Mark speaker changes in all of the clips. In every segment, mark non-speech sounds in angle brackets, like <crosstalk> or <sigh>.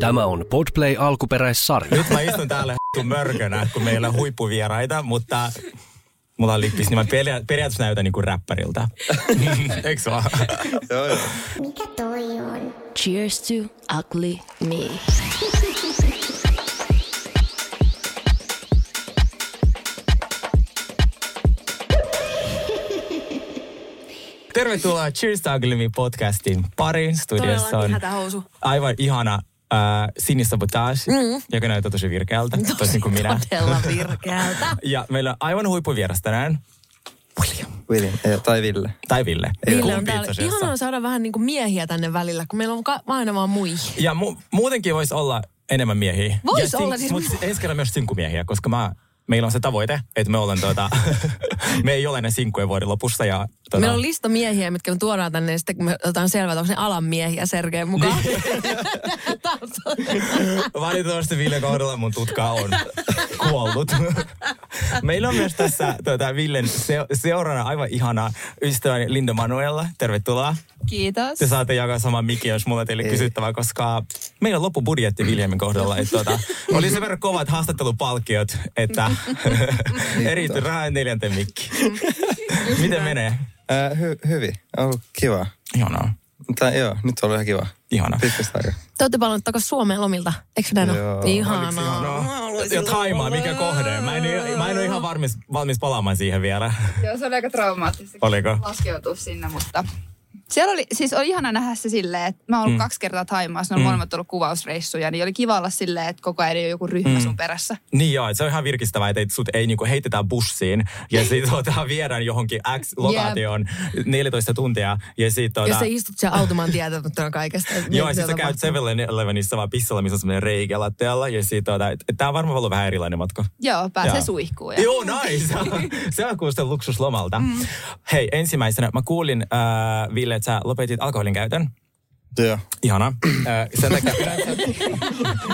Speaker 1: Tämä on Podplay alkuperäissarja.
Speaker 2: Nyt mä istun täällä h***u mörkönä, kun meillä on huippuvieraita, mutta mulla on lippis, niin mä peria- periaatteessa näytän niinku
Speaker 3: <laughs>
Speaker 2: räppäriltä. Eiks vaan?
Speaker 3: Joo, joo.
Speaker 4: Mikä toi on?
Speaker 5: Cheers to ugly me.
Speaker 2: Tervetuloa Cheers to Ugly podcastin pariin. Studiossa
Speaker 6: Todellakin
Speaker 2: on
Speaker 6: hätähousu.
Speaker 2: aivan ihana äh, sinisabotage, mm. joka näyttää tosi virkeältä, tosi, toisin kuin niinku minä.
Speaker 6: Todella
Speaker 2: <laughs>
Speaker 6: virkeältä.
Speaker 2: Ja meillä on aivan huippuvieras tänään,
Speaker 3: William, eh, tai Ville.
Speaker 2: tai Ville.
Speaker 6: Ville Niin, on
Speaker 2: Kumpi
Speaker 6: täällä.
Speaker 2: itse asiassa?
Speaker 6: Ihanaa saada vähän niin kuin miehiä tänne välillä, kun meillä on ka- aina vaan muihin.
Speaker 2: Ja mu- muutenkin voisi olla enemmän miehiä.
Speaker 6: Vois
Speaker 2: Ja sink-
Speaker 6: olla siis-
Speaker 2: Mutta ensi kerralla myös sinkkumiehiä, koska mä, meillä on se tavoite, että me, ollaan tuota, <laughs> me ei ole ne sinkkujen vuoden lopussa. Ja, tuota,
Speaker 6: Meillä on lista miehiä, mitkä me tuodaan tänne ja sitten kun me otetaan selvää, että onko ne alan miehiä Sergeen mukaan.
Speaker 2: Niin.
Speaker 6: <laughs> Tää on totta.
Speaker 2: Valitettavasti Ville kohdalla mun tutka on <laughs> kuollut. <laughs> Meillä on myös tässä tuota, Villen se, seurana aivan ihana ystäväni Linda Manuella. Tervetuloa.
Speaker 6: Kiitos.
Speaker 2: Te saatte jakaa saman mikin, jos mulla teille kysyttävää, koska meillä on loppubudjetti Viljamin kohdalla. Että tuota, oli sen verran kovat haastattelupalkiot, että erityisesti rahaa neljänteen mikki. Miten menee?
Speaker 3: Ää, hy- hyvin, on ollut kiva.
Speaker 2: Ihanaa.
Speaker 3: Mutta joo, nyt on ollut ihan kiva.
Speaker 2: Ihana.
Speaker 3: Pitkästä aikaa.
Speaker 6: Te olette palannut takaisin Suomeen lomilta, eikö näin
Speaker 3: Joo.
Speaker 6: ole? Ihanaa.
Speaker 2: Ah, Ja Taimaa, mikä kohde? Mä en, mä en ole ihan varmis, valmis palaamaan siihen vielä. <laughs>
Speaker 7: Joo, se oli aika traumaattista
Speaker 2: Oliko?
Speaker 7: laskeutua sinne, mutta... Siellä oli, siis oli ihana nähdä se silleen, että mä oon ollut mm. kaksi kertaa Thaimaassa, ne on molemmat ollut kuvausreissuja, niin oli kiva olla silleen, että koko ajan ei ole joku ryhmä mm. sun perässä.
Speaker 2: Niin joo, et se on ihan virkistävää, että sut ei niinku heitetä bussiin ja sit tota, viedään johonkin X-lokaatioon 14 tuntia ja sit tota,
Speaker 6: Jos sä istut siellä automaan tietämättömänä <laughs> kaikesta. niin että
Speaker 2: Joo,
Speaker 6: mitä
Speaker 2: ja sit sä
Speaker 6: siellä
Speaker 2: käyt
Speaker 6: tapahtuu.
Speaker 2: 7-Elevenissä vaan pissalla, missä on semmoinen reikä lattialla ja sit tota, et- et tää on varmaan ollut vähän erilainen matka.
Speaker 7: Joo, pääsee
Speaker 2: Joo.
Speaker 7: Joo. suihkuun. Ja...
Speaker 2: Joo, nice. se on kuulostaa luksuslomalta. Mm. Hei, ensimmäisenä mä kuulin, äh, Ville, että sä lopetit alkoholin käytön.
Speaker 3: Joo.
Speaker 2: Ihana. äh, sen takia yleensä...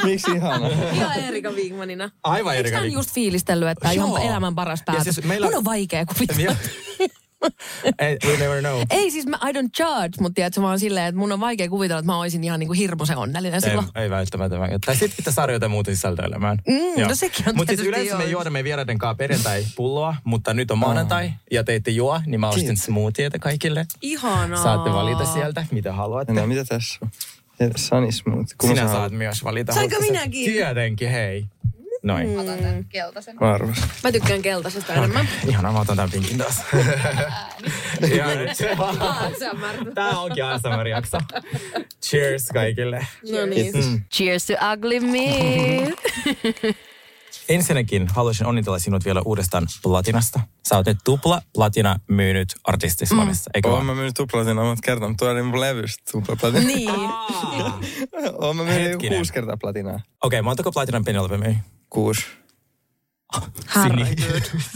Speaker 3: Miksi ihana?
Speaker 6: Ihan Erika Wigmanina.
Speaker 2: Aivan
Speaker 6: Eikö
Speaker 2: Erika
Speaker 6: hän
Speaker 2: Wig- <laughs>
Speaker 6: just fiilistellyt, että tämä on
Speaker 2: Joo.
Speaker 6: ihan elämän paras
Speaker 2: Ja
Speaker 6: päätös?
Speaker 2: siis meillä-
Speaker 6: Mun on vaikea, kun
Speaker 2: Joo.
Speaker 6: pitää.
Speaker 2: Eh, We never know.
Speaker 6: Ei siis, mä, I don't judge, mutta tiedätkö, mä oon silleen, että mun on vaikea kuvitella, että mä olisin ihan niinku hirmuisen onnellinen
Speaker 2: Ei,
Speaker 6: silloin.
Speaker 2: ei välttämättä. mä- Tai sitten pitää saada jotain muuta sisältöä elämään.
Speaker 6: Mm, no sekin on
Speaker 2: Mutta siis
Speaker 6: tietysti
Speaker 2: yleensä me
Speaker 6: joo.
Speaker 2: juodaan meidän vieraiden kanssa perjantai-pulloa, mutta nyt on maanantai ja te ette juo, niin mä ostin smoothieita kaikille.
Speaker 6: Ihanaa.
Speaker 2: Saatte valita sieltä, mitä haluatte.
Speaker 3: No, mitä tässä on? Ja Sunny Smooth. Kun
Speaker 2: Sinä saat myös valita.
Speaker 6: Saanko
Speaker 2: Haluatko sä-
Speaker 6: minäkin?
Speaker 2: Tietenkin, hei. Noin.
Speaker 7: Otan tämän keltaisen.
Speaker 3: Mä arvasin.
Speaker 6: Mä tykkään keltaisesta enemmän.
Speaker 2: Ihanaa, mä otan tämän pinkin taas. ja nyt se vaan. Tää onkin ASMR-jakso. Cheers kaikille.
Speaker 6: No niin.
Speaker 3: Mm.
Speaker 5: Cheers to ugly me.
Speaker 2: Ensinnäkin haluaisin onnitella sinut vielä uudestaan platinasta. Sä oot nyt tupla platina myynyt artisti Suomessa, mm. eikö
Speaker 3: Oon
Speaker 2: vaan?
Speaker 3: mä myynyt tuplatina monta kertaa, mutta tuo oli mun levystä tuplaplatina.
Speaker 6: Niin.
Speaker 3: <laughs> Oon mä myynyt joku
Speaker 2: Hetkinen.
Speaker 3: kuusi kertaa platinaa.
Speaker 2: Okei, okay, montako platinan Penelope myi?
Speaker 3: Kuusi.
Speaker 6: Harry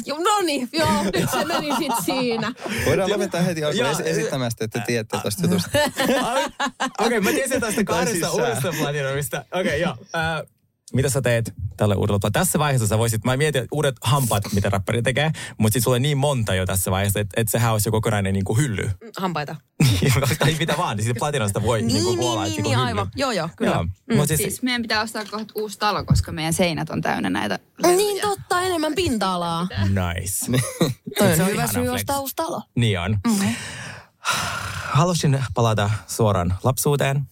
Speaker 6: Joo, No niin, <laughs> joo, nyt se meni sit siinä.
Speaker 3: Voidaan lopettaa heti alkuun
Speaker 2: Joo.
Speaker 3: esi- esittämästä, että te tiedätte tosta jutusta.
Speaker 2: Okei, okay, mä tiesin
Speaker 3: <laughs>
Speaker 2: tästä kahdesta
Speaker 3: siis sä.
Speaker 2: uudesta platinumista. Okei, okay,
Speaker 3: <laughs>
Speaker 2: joo. Äh, mitä sä teet tälle uudella platinumilla? Tässä vaiheessa sä voisit, mä mietin että uudet hampaat, mitä rappari tekee, mutta sit sulla on niin monta jo tässä vaiheessa, että et sehän olisi jo kokonainen niinku hylly. <laughs>
Speaker 6: Hampaita.
Speaker 2: Niin tai mitä vaan, niin siitä platinasta voi
Speaker 6: Niin,
Speaker 2: niinku
Speaker 6: niin,
Speaker 2: vuolaa, et
Speaker 6: niin,
Speaker 2: niinku
Speaker 6: niin,
Speaker 2: hylly.
Speaker 6: aivan. Joo, joo, kyllä. Mm,
Speaker 2: Joo, mut siis,
Speaker 7: Siis meidän pitää ostaa kohta uusi talo, koska meidän seinät on täynnä näitä levyjä.
Speaker 6: Niin totta, enemmän pinta-alaa.
Speaker 2: nice.
Speaker 3: Niin.
Speaker 6: Toi on
Speaker 2: Se on
Speaker 6: hyvä
Speaker 2: ihana
Speaker 6: syy
Speaker 2: flex.
Speaker 6: ostaa uusi talo.
Speaker 2: Niin on. Mm-hmm. Halusin palata suoraan lapsuuteen.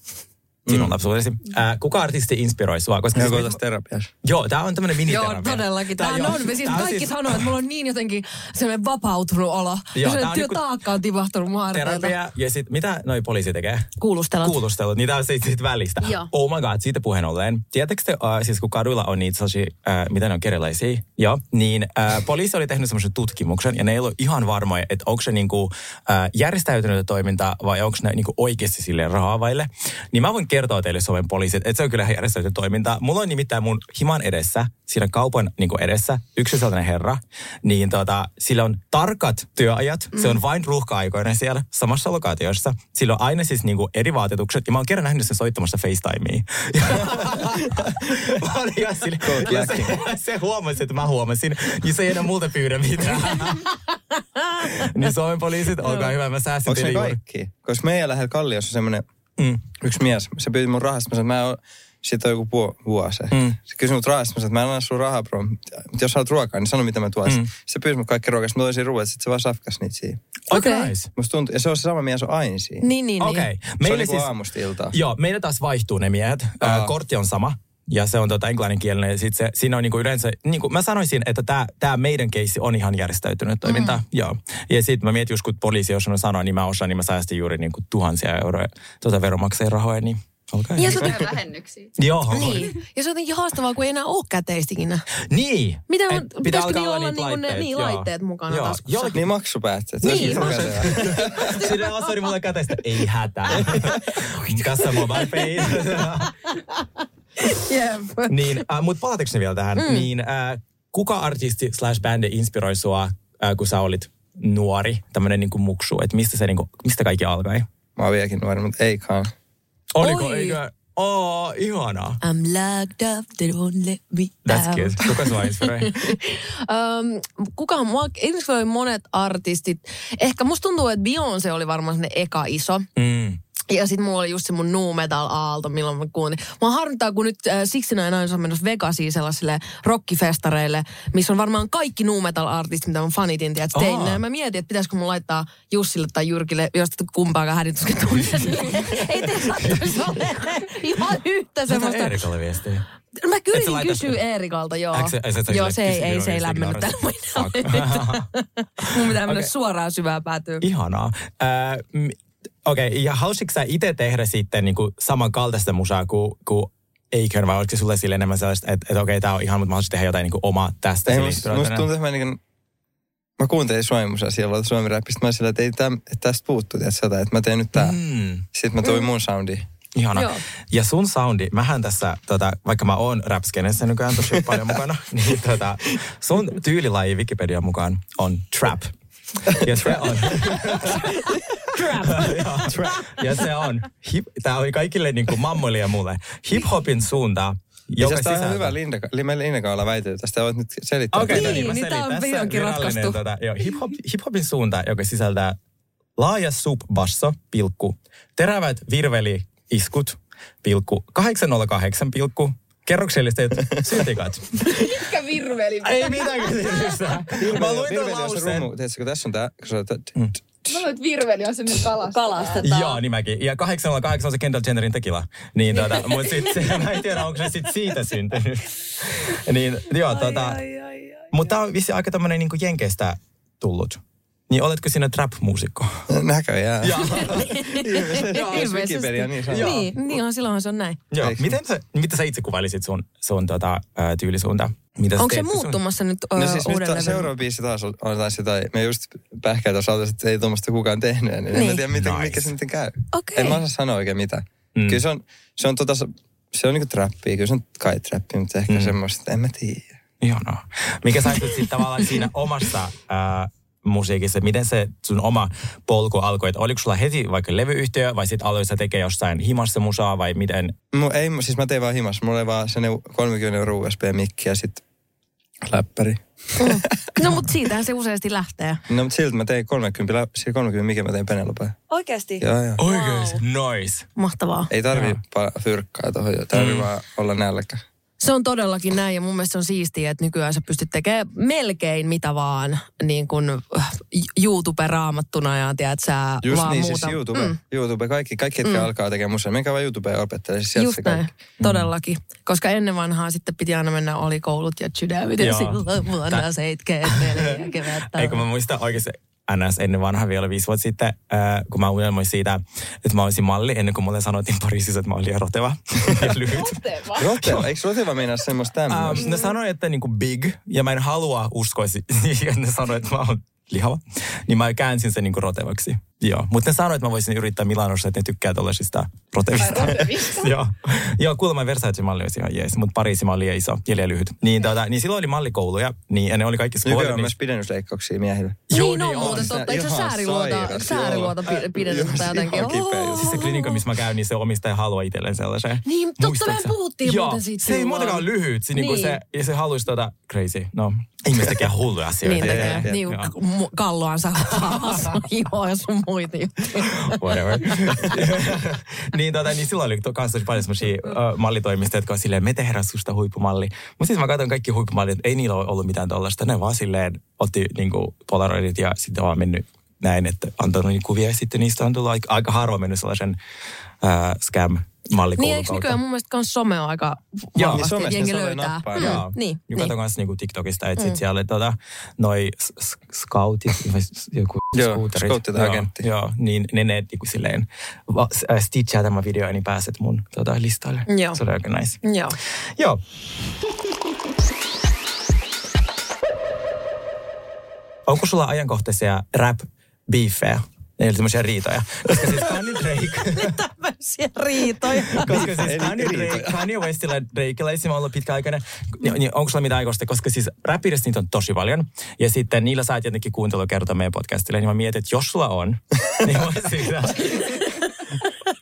Speaker 2: Sinun mm. lapsuudesi. Äh, kuka artisti inspiroi sua? Koska
Speaker 3: Joku
Speaker 2: siis,
Speaker 3: tässä terapiassa.
Speaker 2: joo, tää on tämmönen miniterapia.
Speaker 6: Joo, todellakin. Tämä
Speaker 2: Tää
Speaker 6: on,
Speaker 2: joo,
Speaker 6: on, siis
Speaker 2: tää on
Speaker 6: kaikki siis... sanoo, että mulla on niin jotenkin sellainen vapautunut olo.
Speaker 2: Joo,
Speaker 6: Joo,
Speaker 2: tää on
Speaker 6: sellainen
Speaker 2: niinku-
Speaker 6: työtaakka on tipahtunut mun harteilta.
Speaker 2: Terapia ja sit mitä noi poliisi tekee?
Speaker 6: Kuulustelut.
Speaker 2: Kuulustelut, niitä on siis siitä, siitä välistä.
Speaker 6: Joo.
Speaker 2: Oh my god, siitä puheen ollen. Tiedättekö te, äh, siis kun kaduilla on niitä sellaisia, äh, mitä ne on kerjalaisia, joo, niin äh, poliisi oli tehnyt semmoisen tutkimuksen ja ne ei ollut ihan varmoja, että onko se niinku, äh, järjestäytynyt toimintaa vai onko ne niinku oikeasti sille rahaa vaille. Niin mä voin kertoa teille Suomen poliisit, että se on kyllä ihan järjestäytynyt toimintaa. Mulla on nimittäin mun himan edessä, siinä kaupan niinku edessä, yksi sellainen herra, niin tota, sillä on tarkat työajat, se
Speaker 3: Mm.
Speaker 2: on vain ruuhka-aikoinen siellä samassa lokaatiossa. Sillä on aina siis niinku eri vaatetukset, ja mä oon kerran nähnyt sen soittamassa
Speaker 3: <laughs>
Speaker 2: FaceTimeen. mä olin ihan sille, ja se, <laughs> se huomasi, että mä huomasin, niin se ei enää multa pyydä
Speaker 3: <laughs>
Speaker 2: mitään. niin Suomen poliisit, olkaa hyvä, mä säästin
Speaker 3: Onko ne
Speaker 2: teille juuri.
Speaker 3: kaikki? Koska meidän lähellä Kalliossa on semmoinen
Speaker 2: Mm.
Speaker 3: yksi mies, se pyysi mun rahasta, mä sanoin, että mä oon, siitä on joku puo, vuosi.
Speaker 2: Mm.
Speaker 3: Mm. Se kysyi mut rahasta, mä sanoin, että mä en anna sun rahaa, bro. Mutta jos haluat ruokaa, niin sano mitä mä tuon.
Speaker 2: Mm.
Speaker 3: Mm. Se pyysi mut kaikki ruokaa, sit mä toin siinä ruoat, sit se vaan safkas niitä siihen.
Speaker 2: Aika okay.
Speaker 6: Okei.
Speaker 2: nice.
Speaker 3: Musta tuntuu, ja se on se sama mies on aina siinä.
Speaker 6: Niin, niin,
Speaker 2: Okei.
Speaker 6: niin.
Speaker 3: Se
Speaker 2: Meillä
Speaker 3: on siis... aamusta iltaa.
Speaker 2: Joo, meillä taas vaihtuu ne miehet. Ää,
Speaker 3: Aa.
Speaker 2: kortti on sama. Ja se on tota englanninkielinen. Ja sit se, siinä on niinku yleensä, niinku mä sanoisin, että tämä tää meidän keissi on ihan järjestäytynyt toiminta. Mm. Joo. Ja sitten mä mietin just, kun poliisi jos on sanoa, niin mä osaan, niin mä säästin juuri niinku tuhansia euroja tota veronmaksajien rahoja, niin olkaa
Speaker 6: Ja
Speaker 2: hyvä.
Speaker 6: se on,
Speaker 7: vähennyksiä.
Speaker 2: Joo.
Speaker 6: niin. ja se on jotenkin haastavaa, kun ei enää ole käteistikinä.
Speaker 2: Niin.
Speaker 6: Mitä,
Speaker 2: Et
Speaker 6: on-
Speaker 2: pitää
Speaker 6: pitäisikö
Speaker 2: alkaa
Speaker 6: niillä olla
Speaker 2: niitä
Speaker 6: niinku ne- niin,
Speaker 2: joo.
Speaker 6: laitteet mukana
Speaker 2: Joo.
Speaker 6: taskussa?
Speaker 2: Jollakin
Speaker 3: Niin maksupäätteet.
Speaker 6: Niin, maksu-
Speaker 2: Sinä vaan sori mulle käteistä. Ei hätää. Tässä mobile pay.
Speaker 6: Jep.
Speaker 2: niin, äh, mutta palateko ne vielä tähän? Mm. Niin, äh, kuka artisti slash bändi inspiroi sua, äh, kun sä olit nuori, tämmönen niinku muksu, että mistä se niinku, mistä kaikki alkoi?
Speaker 3: Mä oon vieläkin nuori, mutta eikaan.
Speaker 2: Oliko,
Speaker 6: Oi.
Speaker 2: eikö? Oo, ihanaa.
Speaker 6: I'm locked up, they don't let me
Speaker 2: That's
Speaker 6: out.
Speaker 2: cute. Kuka sua inspiroi? Mm.
Speaker 6: Öm, kuka mua inspiroi monet artistit. Ehkä musta tuntuu, että Beyoncé oli varmaan se eka iso.
Speaker 2: mm.
Speaker 6: Ja sit mulla oli just se mun nu metal aalto, milloin mä kuuntelin. Mua harmittaa, kun nyt äh, siksi näin aina on menossa Vegasiin sellaisille rockifestareille, missä on varmaan kaikki nu metal artistit, mitä mä fanitin, tiedät, tein.
Speaker 2: Aa.
Speaker 6: Ja mä mietin, että pitäisikö mun laittaa Jussille tai Jyrkille, josta kumpaakaan hädityskin tunne.
Speaker 2: <laughs>
Speaker 6: silleen. Ei te sattuisi olemaan ihan yhtä
Speaker 2: Semmosta...
Speaker 6: semmoista.
Speaker 2: Erikalle viestiä.
Speaker 6: Mä
Speaker 2: Et sä
Speaker 6: yritin
Speaker 2: laita-
Speaker 6: kysyä Eerikalta, joo.
Speaker 2: Äkse- ai, sä et sä
Speaker 6: joo,
Speaker 2: sille
Speaker 6: se ei,
Speaker 2: kysynyt,
Speaker 6: ei,
Speaker 2: joo,
Speaker 6: se ei
Speaker 2: just
Speaker 6: lämmennyt tällä
Speaker 2: ignorasi.
Speaker 6: Mun pitää mennä
Speaker 2: Okei.
Speaker 6: suoraan syvään päätyyn.
Speaker 2: Ihanaa. Äh, m- Okei, okay. ja halusitko sä itse tehdä sitten niinku samankaltaista musaa kuin, kuin Eikön, vai oliko sulle sille enemmän sellaista, että, että okei, okay, tää on ihan, mutta mä haluaisin tehdä jotain niinku omaa tästä.
Speaker 3: Ei,
Speaker 2: sille
Speaker 3: musta, musta
Speaker 2: inspiroituna?
Speaker 3: tuntuu, että mä niinku... Mä kuuntelin suomimusaa silloin, suomiräppistä. Mä olin sillä, että ei täm, että tästä puuttuu, tiedätkö, jotain, että mä teen nyt tää. Mm.
Speaker 2: Mm.
Speaker 3: Sitten mä tuin mun soundi.
Speaker 2: Ihana. Joo.
Speaker 6: Joo.
Speaker 2: Ja sun soundi, mähän tässä, tota, vaikka mä oon rapskenessä nykyään <laughs> tosi paljon mukana, niin tota, sun tyylilaji Wikipedian mukaan on trap. Ja se on... trap. ja, <laughs> trap. ja se on, hip, tää oli kaikille niin kuin mammoille ja mulle, hip-hopin suunta,
Speaker 3: Ja
Speaker 2: joka
Speaker 3: siis tää
Speaker 2: sisältää...
Speaker 3: on ihan hyvä Linda, li- meillä Linda ollaan väitelty tästä, voit nyt selittää.
Speaker 2: Okei,
Speaker 3: tätä.
Speaker 2: no niin, mä
Speaker 6: niin
Speaker 2: selitän.
Speaker 6: tää on
Speaker 2: Tässä
Speaker 6: vihdoinkin
Speaker 2: virallinen
Speaker 6: ratkaistu.
Speaker 2: Tota, joo, hip-hop- hip-hopin suunta, joka sisältää laaja sub-basso, pilkku, terävät virveli-iskut, pilkku, 808, pilkku, kerrokselliset syntikat.
Speaker 7: Mitkä virveli?
Speaker 2: Ei mitään kysymystä.
Speaker 6: Niin.
Speaker 2: Mä luin
Speaker 3: Virveli
Speaker 2: tämän
Speaker 3: on niinku se
Speaker 2: lauseen. Mm.
Speaker 3: rumu, tiedätkö, kun tässä on tää, kun se on tää-
Speaker 7: Mä luulen, että virveli on semmoinen kalas.
Speaker 6: Kalastetaan.
Speaker 2: Joo, niin mäkin. Ja 808 on se Kendall Jennerin tekila. Niin tota, mut sit se, mä en tiedä, onko se sit siitä syntynyt. niin, joo, ai, tota. Ai, ai, ai, mutta tää on vissi aika tämmönen niinku jenkeistä tullut. Niin oletko sinä trap-muusikko?
Speaker 3: Näköjään. <laughs>
Speaker 2: Joo. siis
Speaker 6: Ilmeisesti.
Speaker 3: Wikipedia, niin se on.
Speaker 6: Niin, niin on, silloinhan se on näin.
Speaker 2: <laughs> Joo.
Speaker 3: Eiks
Speaker 2: Miten sä, mitä sä itse kuvailisit sun, sun tota, ää, tyylisuunta? Mitä sä
Speaker 6: Onko se
Speaker 2: teet sun-
Speaker 6: muuttumassa nyt
Speaker 3: No
Speaker 6: ö,
Speaker 3: siis nyt ta-
Speaker 6: uudelleen?
Speaker 3: seuraava biisi taas on, on taas jotain, me just pähkää tuossa autossa, että ei tuommoista kukaan tehnyt, niin, niin. en
Speaker 6: Niin.
Speaker 3: mä tiedä, miten,
Speaker 2: Nice.
Speaker 3: nice. mikä se nyt käy.
Speaker 6: Okei.
Speaker 3: En mä osaa sanoa oikein mitä.
Speaker 2: Mm.
Speaker 3: Mm. Kyllä se on, se on, tota, se on niinku trappia, kyllä se on kai trappia, mutta ehkä
Speaker 2: Mm.
Speaker 3: mm. semmoista, en mä tiedä.
Speaker 2: Ihanaa. Mikä sä ajattelit sitten tavallaan siinä omassa ää, musiikissa, että miten se sun oma polku alkoi? Että oliko sulla heti vaikka levyyhtiö vai sitten aloit sä tekee jossain himassa musaa vai miten?
Speaker 3: Mu, ei, mu- siis mä tein vaan himas, mulla oli vaan se neu- 30 euro USB-mikki ja sit läppäri.
Speaker 6: No, mutta siitähän se useasti lähtee.
Speaker 3: No mutta silti mä tein 30, lä- sillä 30 mikä mä tein Penelopea.
Speaker 6: Oikeasti?
Speaker 3: Joo, joo.
Speaker 2: Oikeesti? Nice.
Speaker 6: Mahtavaa.
Speaker 3: Ei tarvii pa- fyrkkaa tuohon, joo. tarvii mm. vaan olla nälkä.
Speaker 6: Se on todellakin näin ja mun mielestä se on siistiä, että nykyään sä pystyt tekemään melkein mitä vaan niin kuin YouTube-raamattuna ja tiedät sä
Speaker 3: Just
Speaker 6: vaan
Speaker 3: niin,
Speaker 6: muuta.
Speaker 3: siis YouTube. Mm. YouTube, kaikki, kaikki ketkä mm. alkaa tekemään musaa. Menkää vaan YouTubeen ja opettele, siis sieltä
Speaker 6: Just
Speaker 3: se
Speaker 6: näin,
Speaker 3: kaikki.
Speaker 6: todellakin. Koska ennen vanhaa sitten piti aina mennä oli koulut ja chydävit ja
Speaker 2: Joo.
Speaker 6: silloin
Speaker 2: Tää-
Speaker 6: vuonna 74
Speaker 3: <laughs>
Speaker 6: kevättä.
Speaker 2: Eikö mä muista oikeasti NS ennen vanha vielä viisi vuotta sitten, ää, kun mä unelmoin siitä, että mä olisin malli ennen kuin mulle sanottiin Pariisissa, että mä olin roteva ja lyhyt.
Speaker 3: Roteva, eikö Roteva meinaa semmoista tämmöistä?
Speaker 2: Um, ne sanoi, että niinku big, ja mä en halua uskoa si- <laughs> siihen, että ne sanoi, että mä oon lihava. Niin mä käänsin sen niinku rotevaksi. Joo. Mutta ne sanoi, että mä voisin yrittää Milanossa, että ne tykkää tollaisista rotevista. <laughs> Joo. Joo, kuulemma Versace-malli olisi ihan jees, mutta Pariisi malli ei iso ja liian lyhyt. Niin, tota, niin silloin oli mallikouluja, niin, ja ne oli kaikki
Speaker 3: Nykyään
Speaker 2: skooli.
Speaker 3: on myös pidennysleikkauksia miehille.
Speaker 6: Joo, niin on
Speaker 3: on.
Speaker 6: muuten totta. Eikö se
Speaker 3: Ihan
Speaker 6: sääriluota,
Speaker 3: sairas,
Speaker 6: sääriluota
Speaker 3: joo.
Speaker 6: pi- pidennettä
Speaker 3: Joo,
Speaker 6: tai jotenkin?
Speaker 3: ihan kipeästi.
Speaker 2: Siis se klinikka, missä mä käyn, niin se omistaja haluaa itselleen sellaisen.
Speaker 6: Niin, totta,
Speaker 2: Muistatko
Speaker 6: mehän
Speaker 2: sä?
Speaker 6: puhuttiin
Speaker 2: Joo,
Speaker 6: muuten siitä
Speaker 2: Se ei
Speaker 6: silloin.
Speaker 2: muutenkaan ole lyhyt. Se, niin.
Speaker 6: Niin.
Speaker 2: se, ja se haluaisi tota, crazy. No, Ihmiset tekee hulluja asioita.
Speaker 6: Niin
Speaker 3: Jee,
Speaker 6: tekee.
Speaker 3: jee,
Speaker 6: Niin,
Speaker 2: joo.
Speaker 6: mu- kalloansa <laughs> haassa, hihoa ja sun muita juttuja.
Speaker 2: whatever. <laughs> niin, tota, niin silloin oli to- kans tosi paljon semmoisia uh, mallitoimistoja, jotka on silleen, me tehdään susta huippumalli. Mutta sitten mä katson kaikki huippumallit, ei niillä ole ollut mitään tollaista. Ne vaan silleen otti niinku polaroidit ja sitten vaan mennyt näin, että antanut niitä kuvia ja sitten niistä on tullut aika, aika harvoin mennyt sellaisen uh, scam
Speaker 6: Niin,
Speaker 2: mallikoulun
Speaker 6: eikö nykyään mun mielestä myös some on aika
Speaker 2: Joo.
Speaker 6: vahvasti,
Speaker 3: Niin
Speaker 6: että
Speaker 3: somessa
Speaker 6: jengi
Speaker 3: se voi
Speaker 6: löytää.
Speaker 3: nappaa,
Speaker 6: Mm,
Speaker 2: Joo.
Speaker 6: Niin,
Speaker 2: Ja
Speaker 6: niin. Mm.
Speaker 2: katon kanssa niinku TikTokista, että sit siellä oli tota, noi s- s- scoutit, vai s- joku
Speaker 3: Joo,
Speaker 2: scooterit.
Speaker 3: scoutti tai agentti.
Speaker 2: Joo, niin ne ne niinku silleen va- s- äh, stitchaa tämän video, niin pääset mun tota, listalle.
Speaker 6: Joo.
Speaker 2: Se oli oikein nice.
Speaker 6: Joo.
Speaker 2: Joo. Onko sulla ajankohtaisia rap beefejä? Eli semmoisia riitoja. Koska siis Kanye Drake,
Speaker 6: Tämmöisiä riitoja.
Speaker 2: koska siis
Speaker 3: Niin, Eli
Speaker 2: Kanye, Drake,
Speaker 3: riitoja.
Speaker 2: Kanye Westillä Drakella esim. on ollut pitkäaikainen. Ni- ni- Onko sulla mitään aikoista? Koska siis rapidesti niitä on tosi paljon. Ja sitten niillä saa tietenkin kuuntelukertoa meidän podcastille. Niin mä mietin, että jos sulla
Speaker 3: <laughs>
Speaker 2: on, niin mä siitä,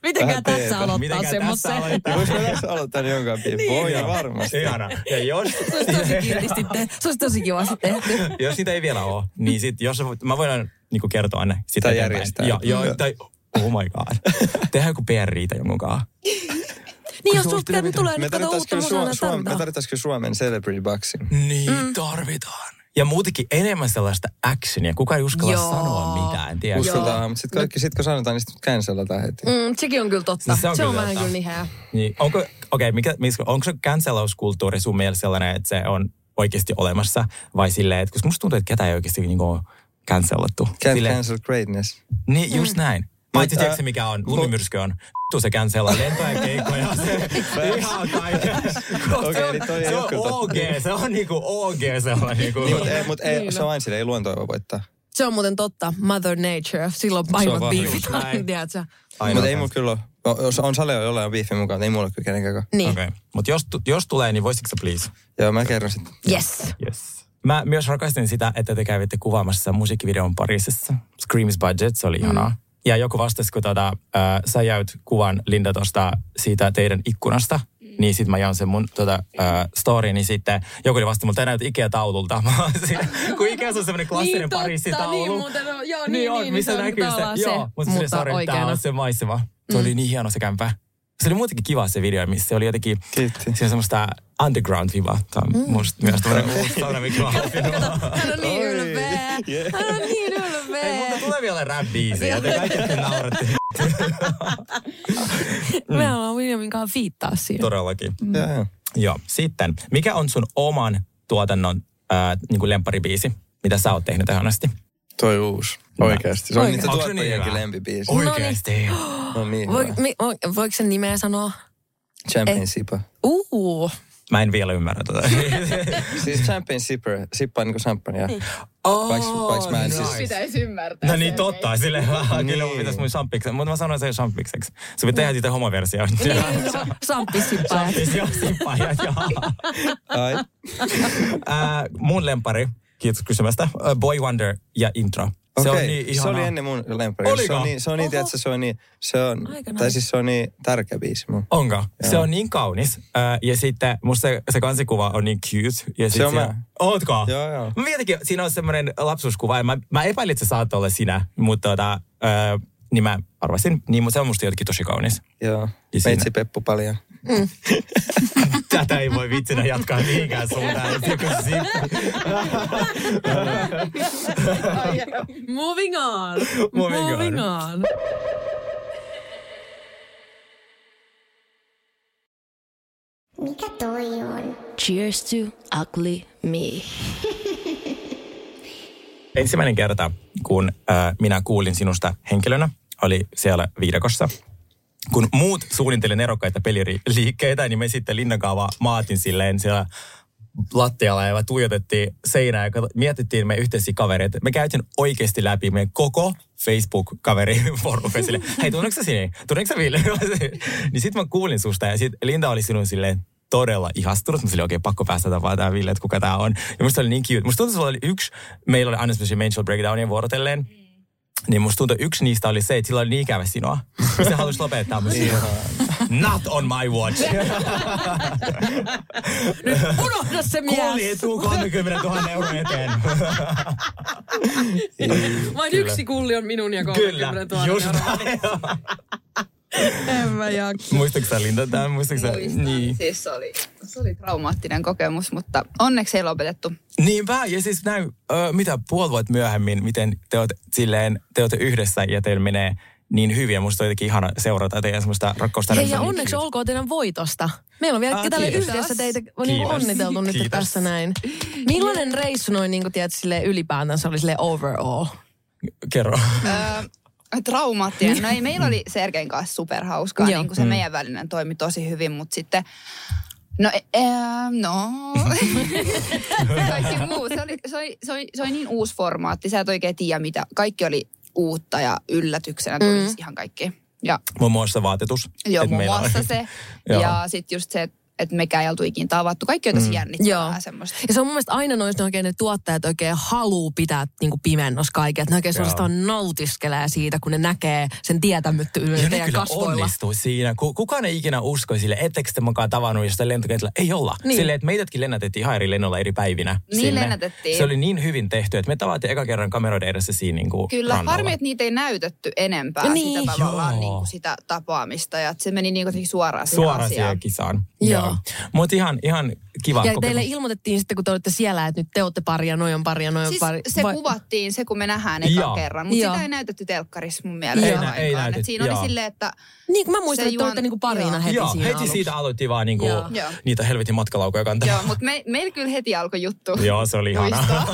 Speaker 6: Mitenkään
Speaker 3: Vähän teetä.
Speaker 6: tässä aloittaa
Speaker 2: mitenkään tässä
Speaker 6: semmoisen.
Speaker 2: aloittaa.
Speaker 3: Voisi mä tässä aloittaa jonka
Speaker 6: Niin.
Speaker 3: pieni? Voi varmasti.
Speaker 2: Ihana. Ja jos,
Speaker 6: Se olisi tosi kiltisti tehty. Se olisi tosi kivasti tehty. Niin,
Speaker 2: jos niitä ei vielä ole, niin sit, jos, mä voin aina niinku kertoa ne. Sit
Speaker 3: Tai
Speaker 2: eteenpäin.
Speaker 3: järjestää.
Speaker 2: Joo, joo, tai oh my god. Tehdään joku PR-riita jonkun kanssa.
Speaker 6: Niin, jos
Speaker 2: se olisi
Speaker 6: susta
Speaker 2: pitänyt-
Speaker 6: tulee
Speaker 3: Me
Speaker 6: nyt kato
Speaker 3: tarvittaisiin
Speaker 2: siis
Speaker 6: uutta
Speaker 3: kyllä,
Speaker 6: musaa,
Speaker 3: Suom-
Speaker 6: näin
Speaker 3: Suom- me
Speaker 6: tarvitaan.
Speaker 3: tarvittaisiin kyllä Suomen celebrity boxing.
Speaker 2: Niin, mm. tarvitaan. Ja muutenkin enemmän sellaista actionia. Kuka ei uskalla
Speaker 6: Joo.
Speaker 2: sanoa mitään, tiedätkö?
Speaker 3: Uskaltaa, mutta sitten kaikki, sit kun sanotaan, niin sitten cancelataan heti.
Speaker 6: Mm, sekin on kyllä totta.
Speaker 2: Siis se on
Speaker 6: Se on
Speaker 2: kyllä
Speaker 6: vähän
Speaker 2: totta.
Speaker 6: kyllä niheä.
Speaker 2: Niin, onko, okei, okay, mikä, mikä, onko se cancelauskulttuuri sun mielestä sellainen, että se on oikeasti olemassa? Vai silleen, että koska musta tuntuu, että ketään ei oikeasti niinku ole cancelattu.
Speaker 3: Can-
Speaker 2: Silleen-
Speaker 3: cancel greatness.
Speaker 2: Niin, just näin. Paitsi
Speaker 3: Mutta-
Speaker 2: tiedätkö se, mikä on? Lumimyrsky on. Vittu se cancelaa lentoja,
Speaker 3: <laughs>
Speaker 2: keikkoja. Se, ihan kaikkea.
Speaker 3: Okei, eli toi
Speaker 2: se
Speaker 3: ei oo
Speaker 2: on
Speaker 3: kyllä totta.
Speaker 2: OG, se on niinku OG sellainen. Niinku.
Speaker 3: Niin, mutta ei, mut ei, se on aina sille, ei luontoa voi voittaa.
Speaker 6: Se on muuten totta. Mother Nature. Silloin paimot
Speaker 3: vahvuus.
Speaker 6: biifit.
Speaker 2: Näin.
Speaker 6: Tiedätkö?
Speaker 2: Aina
Speaker 3: Mutta ei
Speaker 2: on
Speaker 3: mulla kyllä ole. O- Jos on sale, jolla on biifi mukaan, niin ei mulla ole kyllä kenenkään.
Speaker 6: Niin.
Speaker 2: Okei, okay. mutta jos, tu- jos tulee, niin voisitko sä please?
Speaker 3: Joo, mä kerron sitten.
Speaker 6: Yes.
Speaker 2: Yes. Mä myös rakastin sitä, että te kävitte kuvaamassa musiikkivideon Pariisissa. Scream is budget, se oli ihanaa. Mm. Ja joku vastasi, kun tota, äh, sä jäyt kuvan Linda tosta siitä teidän ikkunasta,
Speaker 6: Mm.
Speaker 2: niin sit mä jaan sen mun tota, äh, story, niin sitten joku oli vastannut, että näyt Ikea-taululta. <laughs> Mä oon siinä, kun Ikea on semmoinen klassinen Pariisin taulu.
Speaker 6: niin muuten on. Joo,
Speaker 2: niin,
Speaker 6: niin, niin,
Speaker 2: on,
Speaker 6: niin,
Speaker 2: missä
Speaker 6: se on
Speaker 2: näkyy
Speaker 6: tavallaan
Speaker 2: se.
Speaker 6: se,
Speaker 2: Joo, mutta,
Speaker 6: mutta
Speaker 2: se, sorry, tää
Speaker 6: oikeana. Mm.
Speaker 2: on se maisema. Se oli niin hieno se kämpä. Se oli muutenkin kiva se video, missä se oli jotenkin,
Speaker 3: Kiitti.
Speaker 2: siinä semmoista underground-vibaa. Tämä on mm. musta myös tämmöinen musta, mikä mä oon
Speaker 6: Hän on niin ylpeä. Hän on niin
Speaker 2: Ei,
Speaker 6: ylpeä.
Speaker 2: mutta tulee vielä rap-biisiä, te kaikki te nauratte.
Speaker 6: Mm. Me ollaan Williamin kanssa viittaa siihen.
Speaker 2: Todellakin.
Speaker 3: Joo, joo.
Speaker 2: Joo, sitten, mikä on sun oman tuotannon äh, niin lempparibiisi, mitä sä oot tehnyt tähän asti?
Speaker 3: Toi uusi. Oikeasti. Se on niitä
Speaker 2: Onko se niin
Speaker 3: tuottajienkin
Speaker 2: hyvä?
Speaker 3: lempibiisi.
Speaker 2: Oikeesti.
Speaker 3: No niin.
Speaker 6: Voi,
Speaker 3: hyvä.
Speaker 6: mi, voi, voiko sen nimeä sanoa?
Speaker 3: Champion Sipa.
Speaker 6: Uu.
Speaker 2: Mä en vielä ymmärrä
Speaker 6: <laughs>
Speaker 2: tätä.
Speaker 3: Siis Champion Sipper. Sippa niinku champagnea. Vaikka vaikka mä en siis...
Speaker 7: Pitäisi ymmärtää.
Speaker 2: No niin, totta. Silleen vähän kyllä mun
Speaker 3: Niin.
Speaker 2: pitäisi mun shampikseksi. Mutta mä sanoin sen shampikseksi. Se pitää tehdä siitä homoversio.
Speaker 3: Niin.
Speaker 6: no, Samppisippaja.
Speaker 2: Siis joo, simpaajat,
Speaker 3: <laughs>
Speaker 2: joo.
Speaker 3: Ai.
Speaker 2: Äh, mun lempari, kiitos kysymästä, äh, Boy Wonder ja intro. Se on
Speaker 3: Okei,
Speaker 2: niin
Speaker 3: se
Speaker 2: ihanaa.
Speaker 3: oli ennen mun lempäri. Se
Speaker 2: Oliko?
Speaker 3: on niin, se on niin, tiedätkö, se on niin, se on,
Speaker 6: Aika nice.
Speaker 3: tai siis se on niin tärkeä biisi mun.
Speaker 2: Onko? Joo. Se on niin kaunis. Äh, ja sitten musta se, se kansikuva on niin cute. Ja sit
Speaker 3: Se on
Speaker 2: siinä-
Speaker 3: mä.
Speaker 2: Ootko?
Speaker 3: Joo, joo.
Speaker 2: Mä mietinkin, siinä on semmoinen lapsuuskuva. Ja mä, mä epäilin, että se saattaa olla sinä, mutta tota, äh, niin mä arvasin. Niin, mutta se on musta jotenkin tosi kaunis.
Speaker 3: Joo,
Speaker 6: Niin
Speaker 2: siinä-
Speaker 3: meitsi Peppu paljon.
Speaker 2: Tätä ei voi vitsinä jatkaa niinkään suuntaan. että joku sippi.
Speaker 6: Moving on.
Speaker 2: Moving on.
Speaker 6: Moving
Speaker 2: <laughs>
Speaker 6: on.
Speaker 4: Mikä toi on?
Speaker 5: <laughs> Cheers to ugly me.
Speaker 2: Ensimmäinen kerta, kun äh, minä kuulin sinusta henkilönä, oli siellä viidakossa. Kun muut suunnitteli nerokkaita peliliikkeitä, niin me sitten linnakaava maatin silleen siellä lattialla ja me tuijotettiin seinää ja kato- mietittiin me yhteisiä kavereita. Me käytiin oikeasti läpi meidän koko Facebook-kaveriporukka silleen, hei tunnetko sä Sini? Tunnetko sä Ville? <laughs> niin sitten mä kuulin susta ja sit Linda oli sinun silleen todella ihastunut. Mä silleen, okei, pakko päästä tapaamaan tää Ville, että kuka tää on. Ja musta oli niin cute. Musta tuntuu, että sulla oli yksi, meillä oli aina semmoisia mental breakdownia vuorotellen. Niin musta tuntuu, että yksi niistä oli se, että sillä oli niin ikävä sinua. Se halusi lopettaa mun sinua. Not on my watch.
Speaker 6: Unohda se mies!
Speaker 2: Kuljetuu 30 000 euron eteen.
Speaker 6: Vain
Speaker 2: Kyllä.
Speaker 6: yksi kulli on minun ja
Speaker 2: Kyllä,
Speaker 6: 30 000
Speaker 2: just
Speaker 6: euroa.
Speaker 2: näin. <laughs>
Speaker 6: En mä jaksa.
Speaker 2: Muistatko sä Linda tämän? Muistatko sä?
Speaker 7: Muistan.
Speaker 2: Niin.
Speaker 7: Siis se oli, se oli traumaattinen kokemus, mutta onneksi ei lopetettu.
Speaker 2: Niinpä, ja siis näin, ö, mitä puoli vuotta myöhemmin, miten te olette, silleen, te olette yhdessä ja teillä menee niin hyvin. Ja musta on jotenkin ihana seurata teidän semmoista rakkausta.
Speaker 6: Hei, ja onneksi olkoon teidän voitosta. Meillä on vielä
Speaker 2: Ah,
Speaker 6: ah, tälle
Speaker 2: kiitos.
Speaker 6: yhdessä teitä niin
Speaker 2: Kiitos.
Speaker 6: onniteltu nyt
Speaker 2: Kiitos.
Speaker 6: tässä näin. Millainen reissu noin niin kuin tiedät, silleen ylipäätään se oli silleen overall?
Speaker 2: Kerro.
Speaker 7: Öö,
Speaker 2: Niin.
Speaker 7: traumaattinen. No ei, meillä oli Sergein kanssa superhauskaa.
Speaker 6: Joo.
Speaker 7: Niin
Speaker 2: Mm.
Speaker 7: kuin se meidän välinen toimi tosi hyvin, mutta sitten... No, e- e- no.
Speaker 2: <laughs>
Speaker 7: Kaikki muu. Se oli, se, oli, se, oli, se oli niin uusi formaatti. Sä et oikein tiedä mitä. Kaikki oli uutta ja yllätyksenä tuli mm. ihan kaikki. Ja
Speaker 2: Muun muassa vaatetus.
Speaker 7: Joo,
Speaker 2: Et
Speaker 7: muun
Speaker 2: meillä on-
Speaker 7: muassa
Speaker 2: <laughs>
Speaker 7: se.
Speaker 2: Joo.
Speaker 7: ja sitten just se, että mekään ei oltu ikinä tavattu. Kaikki on tosi mm. jännittävää semmoista.
Speaker 6: Ja se on mun mielestä aina noista oikein ne tuottajat oikein haluu pitää niinku pimennossa kaiken. Että ne oikein suorastaan nautiskelee siitä, kun ne näkee sen tietämättömyyden
Speaker 2: Ja ne
Speaker 6: teidän
Speaker 2: kyllä
Speaker 6: kasvoilla.
Speaker 2: onnistuu siinä. Ku, kukaan ei ikinä uskoi sille, ettekö te mukaan tavannut jostain lentokentällä. Ei olla. Niin.
Speaker 6: Niin.
Speaker 2: Silleen, että meitätkin lennätettiin ihan eri lennolla eri päivinä.
Speaker 7: Niin lennätettiin.
Speaker 2: Se oli niin hyvin tehty, että me tavattiin eka kerran kameroiden edessä siinä niin kuin
Speaker 7: Kyllä,
Speaker 2: rannalla.
Speaker 7: harmi, että niitä ei näytetty enempää
Speaker 6: No
Speaker 7: niin,
Speaker 6: niin.
Speaker 7: sitä tavallaan
Speaker 2: Joo.
Speaker 7: niin kuin sitä tapaamista. Ja et se meni niin kuin suoraan siihen
Speaker 2: Suoraan
Speaker 7: asiaan.
Speaker 2: siihen kisaan.
Speaker 6: Joo.
Speaker 2: Mutta ihan, ihan kiva
Speaker 6: Ja
Speaker 2: kokemus.
Speaker 6: teille ilmoitettiin sitten, kun te olitte siellä, että nyt te olette pari ja noin on pari ja noin on
Speaker 7: Siis
Speaker 6: pari.
Speaker 7: se
Speaker 6: vai-
Speaker 7: kuvattiin, se kun me nähdään eka
Speaker 2: Joo.
Speaker 7: kerran, mutta
Speaker 6: Joo.
Speaker 7: sitä ei näytetty telkkarissa mun mielestä
Speaker 6: Ei
Speaker 7: ei,
Speaker 6: nä-
Speaker 2: ei
Speaker 7: lainkaan.
Speaker 2: näytetty,
Speaker 7: Et siinä oli
Speaker 2: joo.
Speaker 7: silleen, että
Speaker 6: Niin, kun mä muistan,
Speaker 7: Se
Speaker 6: että te olette
Speaker 7: juon-
Speaker 6: niinku parina
Speaker 7: joo.
Speaker 6: heti
Speaker 2: Joo,
Speaker 6: siinä
Speaker 2: heti
Speaker 6: aluksi.
Speaker 2: siitä aloitti vaan niinku
Speaker 6: Joo.
Speaker 7: Joo.
Speaker 2: niitä helvetin matkalaukoja kantaa.
Speaker 7: joo, mutta me, meillä kyllä heti alkoi juttu.
Speaker 2: <laughs> Joo, se oli ihana.
Speaker 7: Muistaa.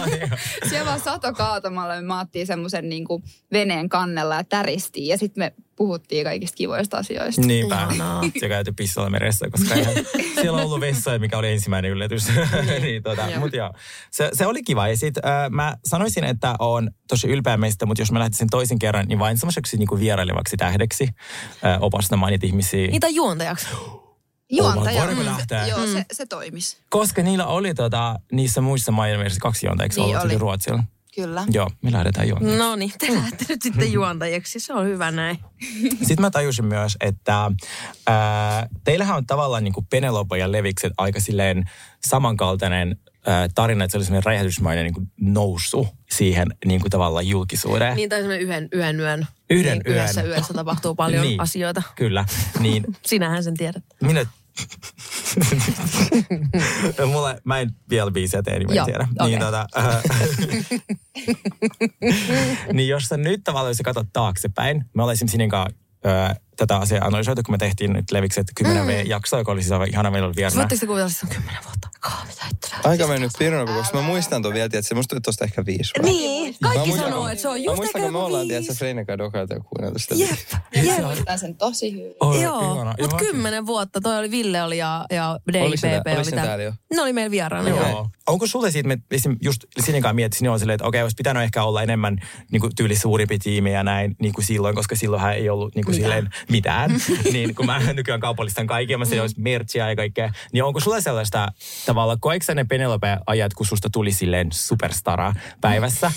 Speaker 7: Siellä vaan sato kaatamalla, me maattiin semmoisen niin kuin veneen kannella ja täristiin. Ja sitten me puhuttiin kaikista kivoista asioista.
Speaker 2: <laughs> Niinpä. Se käyty pissalla meressä, koska eihän siellä on ollut vessa, mikä oli ensimmäinen yllätys. <laughs> niin, tota, mut joo. Se, se, oli kiva. Ja sit, äh, mä sanoisin, että on tosi ylpeä meistä, mutta jos mä lähtisin toisen kerran, niin vain semmoiseksi niinku vierailevaksi tähdeksi äh, opastamaan niitä ihmisiä.
Speaker 6: Niitä juontajaksi.
Speaker 7: Juontaja.
Speaker 2: voidaanko lähteä?
Speaker 7: Joo,
Speaker 6: Mm.
Speaker 7: se, se toimisi.
Speaker 2: Koska niillä oli tota, niissä muissa maiden kaksi juonta, eikö
Speaker 7: Niin
Speaker 2: ollut
Speaker 7: oli.
Speaker 2: oli. Ruotsilla?
Speaker 7: Kyllä.
Speaker 2: Joo, me lähdetään juontaan.
Speaker 6: No niin, te lähdette nyt sitten juontajiksi. Se on hyvä näin.
Speaker 2: Sitten mä tajusin myös, että ää, teillähän on tavallaan niin kuin Penelope ja Levikset aika silleen samankaltainen ää, tarina, että se oli semmoinen räjähdysmainen niin kuin nousu siihen niin kuin tavallaan julkisuuteen.
Speaker 6: Niin, tai semmoinen yhden yön yön.
Speaker 2: Yhden
Speaker 6: niin, Yhdessä
Speaker 2: yön.
Speaker 6: yössä tapahtuu paljon
Speaker 2: Niin.
Speaker 6: niin. asioita.
Speaker 2: Kyllä, niin
Speaker 6: Sinähän sen tiedät.
Speaker 2: minä... <laughs> Mulla, mä en vielä biisiä tee, niin mä en
Speaker 6: Joo,
Speaker 2: tiedä.
Speaker 6: okei.
Speaker 2: Niin,
Speaker 6: <laughs>
Speaker 2: tota, ää, <laughs> niin jos sä nyt tavallaan, jos sä katsot taaksepäin, me ollaan esimerkiksi Sinin kanssa ää, tätä asiaa analysoitu, kun me tehtiin nyt Levikset
Speaker 6: Mm.
Speaker 2: 10V-jakso, joka oli siis aivan ihana meillä oli vieraana.
Speaker 6: Voitteko te kuvitella, että se on kymmenen vuotta? Kaa, mitä hittoa.
Speaker 3: Aika mennyt pirnoa, koska mä muistan ton vielä, että se musta tuli tosta ehkä viisi. vai?
Speaker 6: Niin, kaikki
Speaker 3: muistan,
Speaker 6: sanoo,
Speaker 3: kun-
Speaker 6: että se on
Speaker 3: Mä
Speaker 6: just
Speaker 3: muistan,
Speaker 6: ehkä
Speaker 3: kun me
Speaker 6: joku
Speaker 3: ollaan, tiedätkö, Niin,
Speaker 6: viisi.
Speaker 3: Freina kanssa dokailta ja kuunneltu sitä.
Speaker 6: Jep, jep.
Speaker 7: Muistan sen tosi hyvin.
Speaker 2: Oi,
Speaker 6: Joo,
Speaker 2: ihana.
Speaker 6: mutta
Speaker 2: Joo.
Speaker 6: kymmenen vuotta. Toi oli Ville oli ja, ja DIPP
Speaker 3: Oliko se tää- oliko se
Speaker 6: tää-
Speaker 3: täällä jo?
Speaker 6: Ne oli meillä vieraana. Joo.
Speaker 2: Joo. Onko sulle siitä, me esim. just Sinin kanssa miettisin, niin on silleen, että okei, olisi pitänyt ehkä olla enemmän niin kuin tyyli suurempi tiimi ja näin niin kuin silloin, koska silloinhän ei ollut niin kuin mitään. Silleen, mitään. niin kun mä nykyään kaupallistan kaikkia, mä silleen olisi merchia ja kaikkea. Niin onko sulla sellaista tavalla, koetko sä ne Penelope-ajat, kun susta tuli silleen superstara päivässä?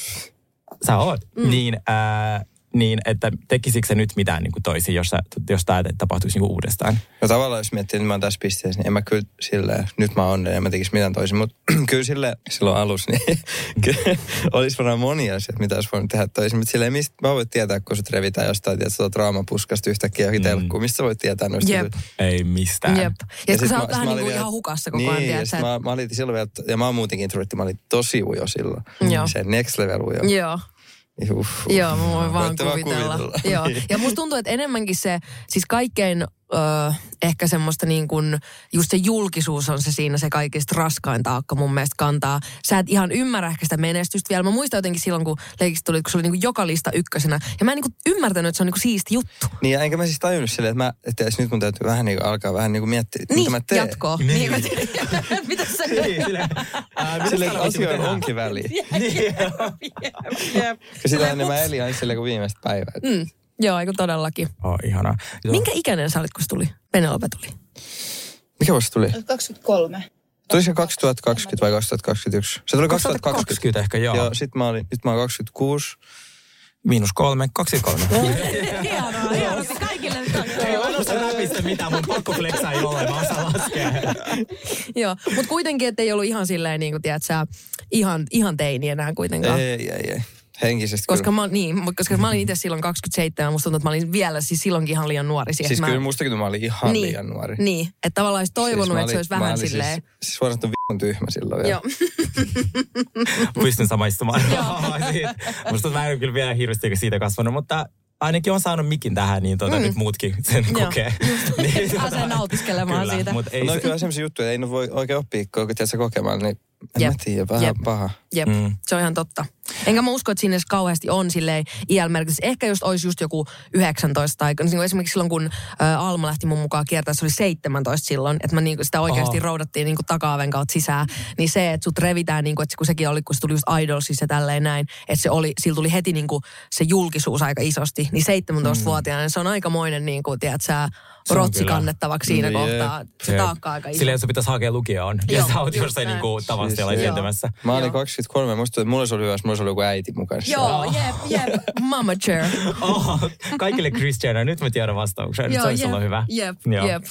Speaker 2: Sä oot. Mm. Niin, äh, niin, että tekisikö se nyt mitään niin kuin toisin, jos, sä- jos tämä tapahtuisi niin kuin uudestaan?
Speaker 3: No tavallaan jos miettii, että mä oon tässä pisteessä, niin en mä kyllä sille, nyt mä oon onnellinen, en mä tekis mitään toisin, mutta <clears throat> kyllä sille silloin alussa, niin <laughs> kyllä olisi varmaan monia asioita, mitä olisi voinut tehdä toisin, mutta silleen, mistä mä voin tietää, kun sut revitään jostain, tiedät, sä draamapuskasta yhtäkkiä johonkin telkkuun, mistä sä voit tietää noista
Speaker 6: Mm. Jep.
Speaker 3: jutuista?
Speaker 2: Ei mistään.
Speaker 6: Jep. Ja, ja
Speaker 3: sit
Speaker 6: kun sä
Speaker 3: mä-
Speaker 6: oot
Speaker 3: sit mä
Speaker 6: vähän
Speaker 3: olin
Speaker 6: niinku
Speaker 3: vielä-
Speaker 6: ihan hukassa koko ajan,
Speaker 3: niin,
Speaker 6: tiedät
Speaker 3: ja
Speaker 6: sä,
Speaker 3: sit mä, mä olin silloin vielä, ja mä oon muutenkin introvertti, mä olin tosi ujo silloin.
Speaker 6: Joo.
Speaker 3: Se next level ujo.
Speaker 6: et- Joo.
Speaker 3: Niin, Uff,
Speaker 6: Joo, mä voin vaan
Speaker 3: Voitte
Speaker 6: kuvitella. Joo.
Speaker 3: <laughs> Niin.
Speaker 6: Ja musta tuntuu, että enemmänkin se, siis kaikkein ö, ehkä semmoista niin kuin, just se julkisuus on se siinä se kaikista raskain taakka mun mielestä kantaa. Sä et ihan ymmärrä ehkä sitä menestystä vielä. Mä muistan jotenkin silloin, kun leikistä tuli, kun se oli niin kuin joka lista ykkösenä. Ja mä en niin kuin ymmärtänyt, että se on niin kuin siisti juttu.
Speaker 3: Niin, ja enkä mä siis tajunnut silleen, että, mä, että jos nyt mun täytyy vähän niin kuin alkaa vähän niin kuin miettiä, että
Speaker 6: Niin,
Speaker 3: mitä mä teen.
Speaker 6: jatkoa.
Speaker 2: Niin.
Speaker 6: Niin. Niin. <laughs> Mitä sä...
Speaker 2: Niin, silleen, äh, mitä
Speaker 3: Silleen, että
Speaker 2: sä-
Speaker 3: asioilla onkin
Speaker 6: <laughs>
Speaker 3: väliä.
Speaker 2: Niin.
Speaker 3: Ja sitä ennen mä elin aina sille kuin viimeistä päivää. Mm.
Speaker 6: Joo, eikö todellakin.
Speaker 2: Oh, ihanaa. Joo.
Speaker 6: Minkä ikäinen sä olit, kun se tuli? Penelope tuli.
Speaker 3: Mikä vuosi tuli?
Speaker 7: 23.
Speaker 3: Tuli se 2020 vai 2021? Se tuli
Speaker 2: 20
Speaker 3: 2020.
Speaker 2: ehkä, joo.
Speaker 3: Joo,
Speaker 2: joo.
Speaker 3: sit mä olin, nyt mä oon 26.
Speaker 2: Miinus kolme, kaksi kolme.
Speaker 6: Hienoa, hienoa. Kaikille. kaikille.
Speaker 2: tuosta läpistä mitään, mun pakko flexaa jollain, mä osaan laskea.
Speaker 6: <laughs> Joo, mutta kuitenkin, ettei ollut ihan silleen, niin kuin, tiedät sä, ihan, ihan teini enää kuitenkaan.
Speaker 3: Ei, ei, ei, ei. Henkisesti
Speaker 6: Koska
Speaker 3: kyllä.
Speaker 6: mä, niin, mut koska mä olin itse silloin 27, musta tuntuu, että mä olin vielä siis silloinkin ihan liian nuori. Siihen,
Speaker 3: Siis
Speaker 6: että
Speaker 3: kyllä
Speaker 6: mä,
Speaker 3: mustakin mä olin ihan
Speaker 6: niin,
Speaker 3: liian nuori. Siis
Speaker 6: Niin, että tavallaan olisi toivonut,
Speaker 3: mä
Speaker 6: että se olisi
Speaker 3: mä
Speaker 6: vähän
Speaker 3: olin
Speaker 6: silleen.
Speaker 3: Siis, siis suorastaan vitun tyhmä silloin vielä.
Speaker 6: Joo.
Speaker 2: Pystyn samaistumaan. <laughs> niin. Musta on vähän kyllä vielä hirveästi eikä siitä kasvanut, mutta ainakin on saanut mikin tähän, niin tota, mm. nyt muutkin sen
Speaker 6: Joo.
Speaker 2: kokee. <laughs> Niin.
Speaker 6: Pääsee nautiskelemaan
Speaker 2: kyllä,
Speaker 6: siitä.
Speaker 2: Mut ei
Speaker 3: No
Speaker 2: se,
Speaker 3: kyllä semmoisia juttuja, ei ne voi oikein oppia, kun tiedät sä kokemaan, niin en
Speaker 6: Jep.
Speaker 3: mä tiedä, vähän
Speaker 6: Jep.
Speaker 3: paha.
Speaker 6: Jep, mm. se on ihan totta. Enkä mä usko, että siinä edes kauheasti on silleen iälmerkitys. Ehkä jos olisi just joku 19 tai niin kuin esimerkiksi silloin, kun ä, Alma lähti mun mukaan kiertää, se oli 17 silloin, että mä niin kuin sitä
Speaker 2: Aha.
Speaker 6: oikeasti Aha. roudattiin niin kuin takaaven kautta sisään. Niin se, että sut revitään, niin kuin, että kun sekin oli, kun se tuli just Idolsissa ja tälleen näin, että se oli, sillä tuli heti niin kuin se julkisuus aika isosti, niin 17-vuotiaana se on aikamoinen, niin kuin, tiedät sä,
Speaker 2: Mm. on
Speaker 6: rotsi
Speaker 2: kyllä. No niin,
Speaker 6: kannettavaksi siinä
Speaker 3: Jep.
Speaker 6: kohtaa. Se
Speaker 2: Jep.
Speaker 6: taakka on aika iso.
Speaker 2: Silleen sun pitäisi hakea lukioon. Ja
Speaker 6: Joo,
Speaker 2: sä oot
Speaker 6: just
Speaker 2: jossain
Speaker 6: näin.
Speaker 2: niinku tavasti
Speaker 3: Siis, joo.
Speaker 2: syntymässä.
Speaker 3: Mä olin
Speaker 6: Joo.
Speaker 3: 23, musta tuntuu, että mulla se oli hyvä, jos mulla se oli joku äiti mukana.
Speaker 6: Joo, jep, jep,
Speaker 2: <laughs>
Speaker 6: mama chair.
Speaker 2: Oho, kaikille Chris Jenner, nyt mä tiedän vastauksen. Nyt se olisi
Speaker 6: jep,
Speaker 2: ollut hyvä.
Speaker 6: Jep,
Speaker 2: Joo.
Speaker 6: jep.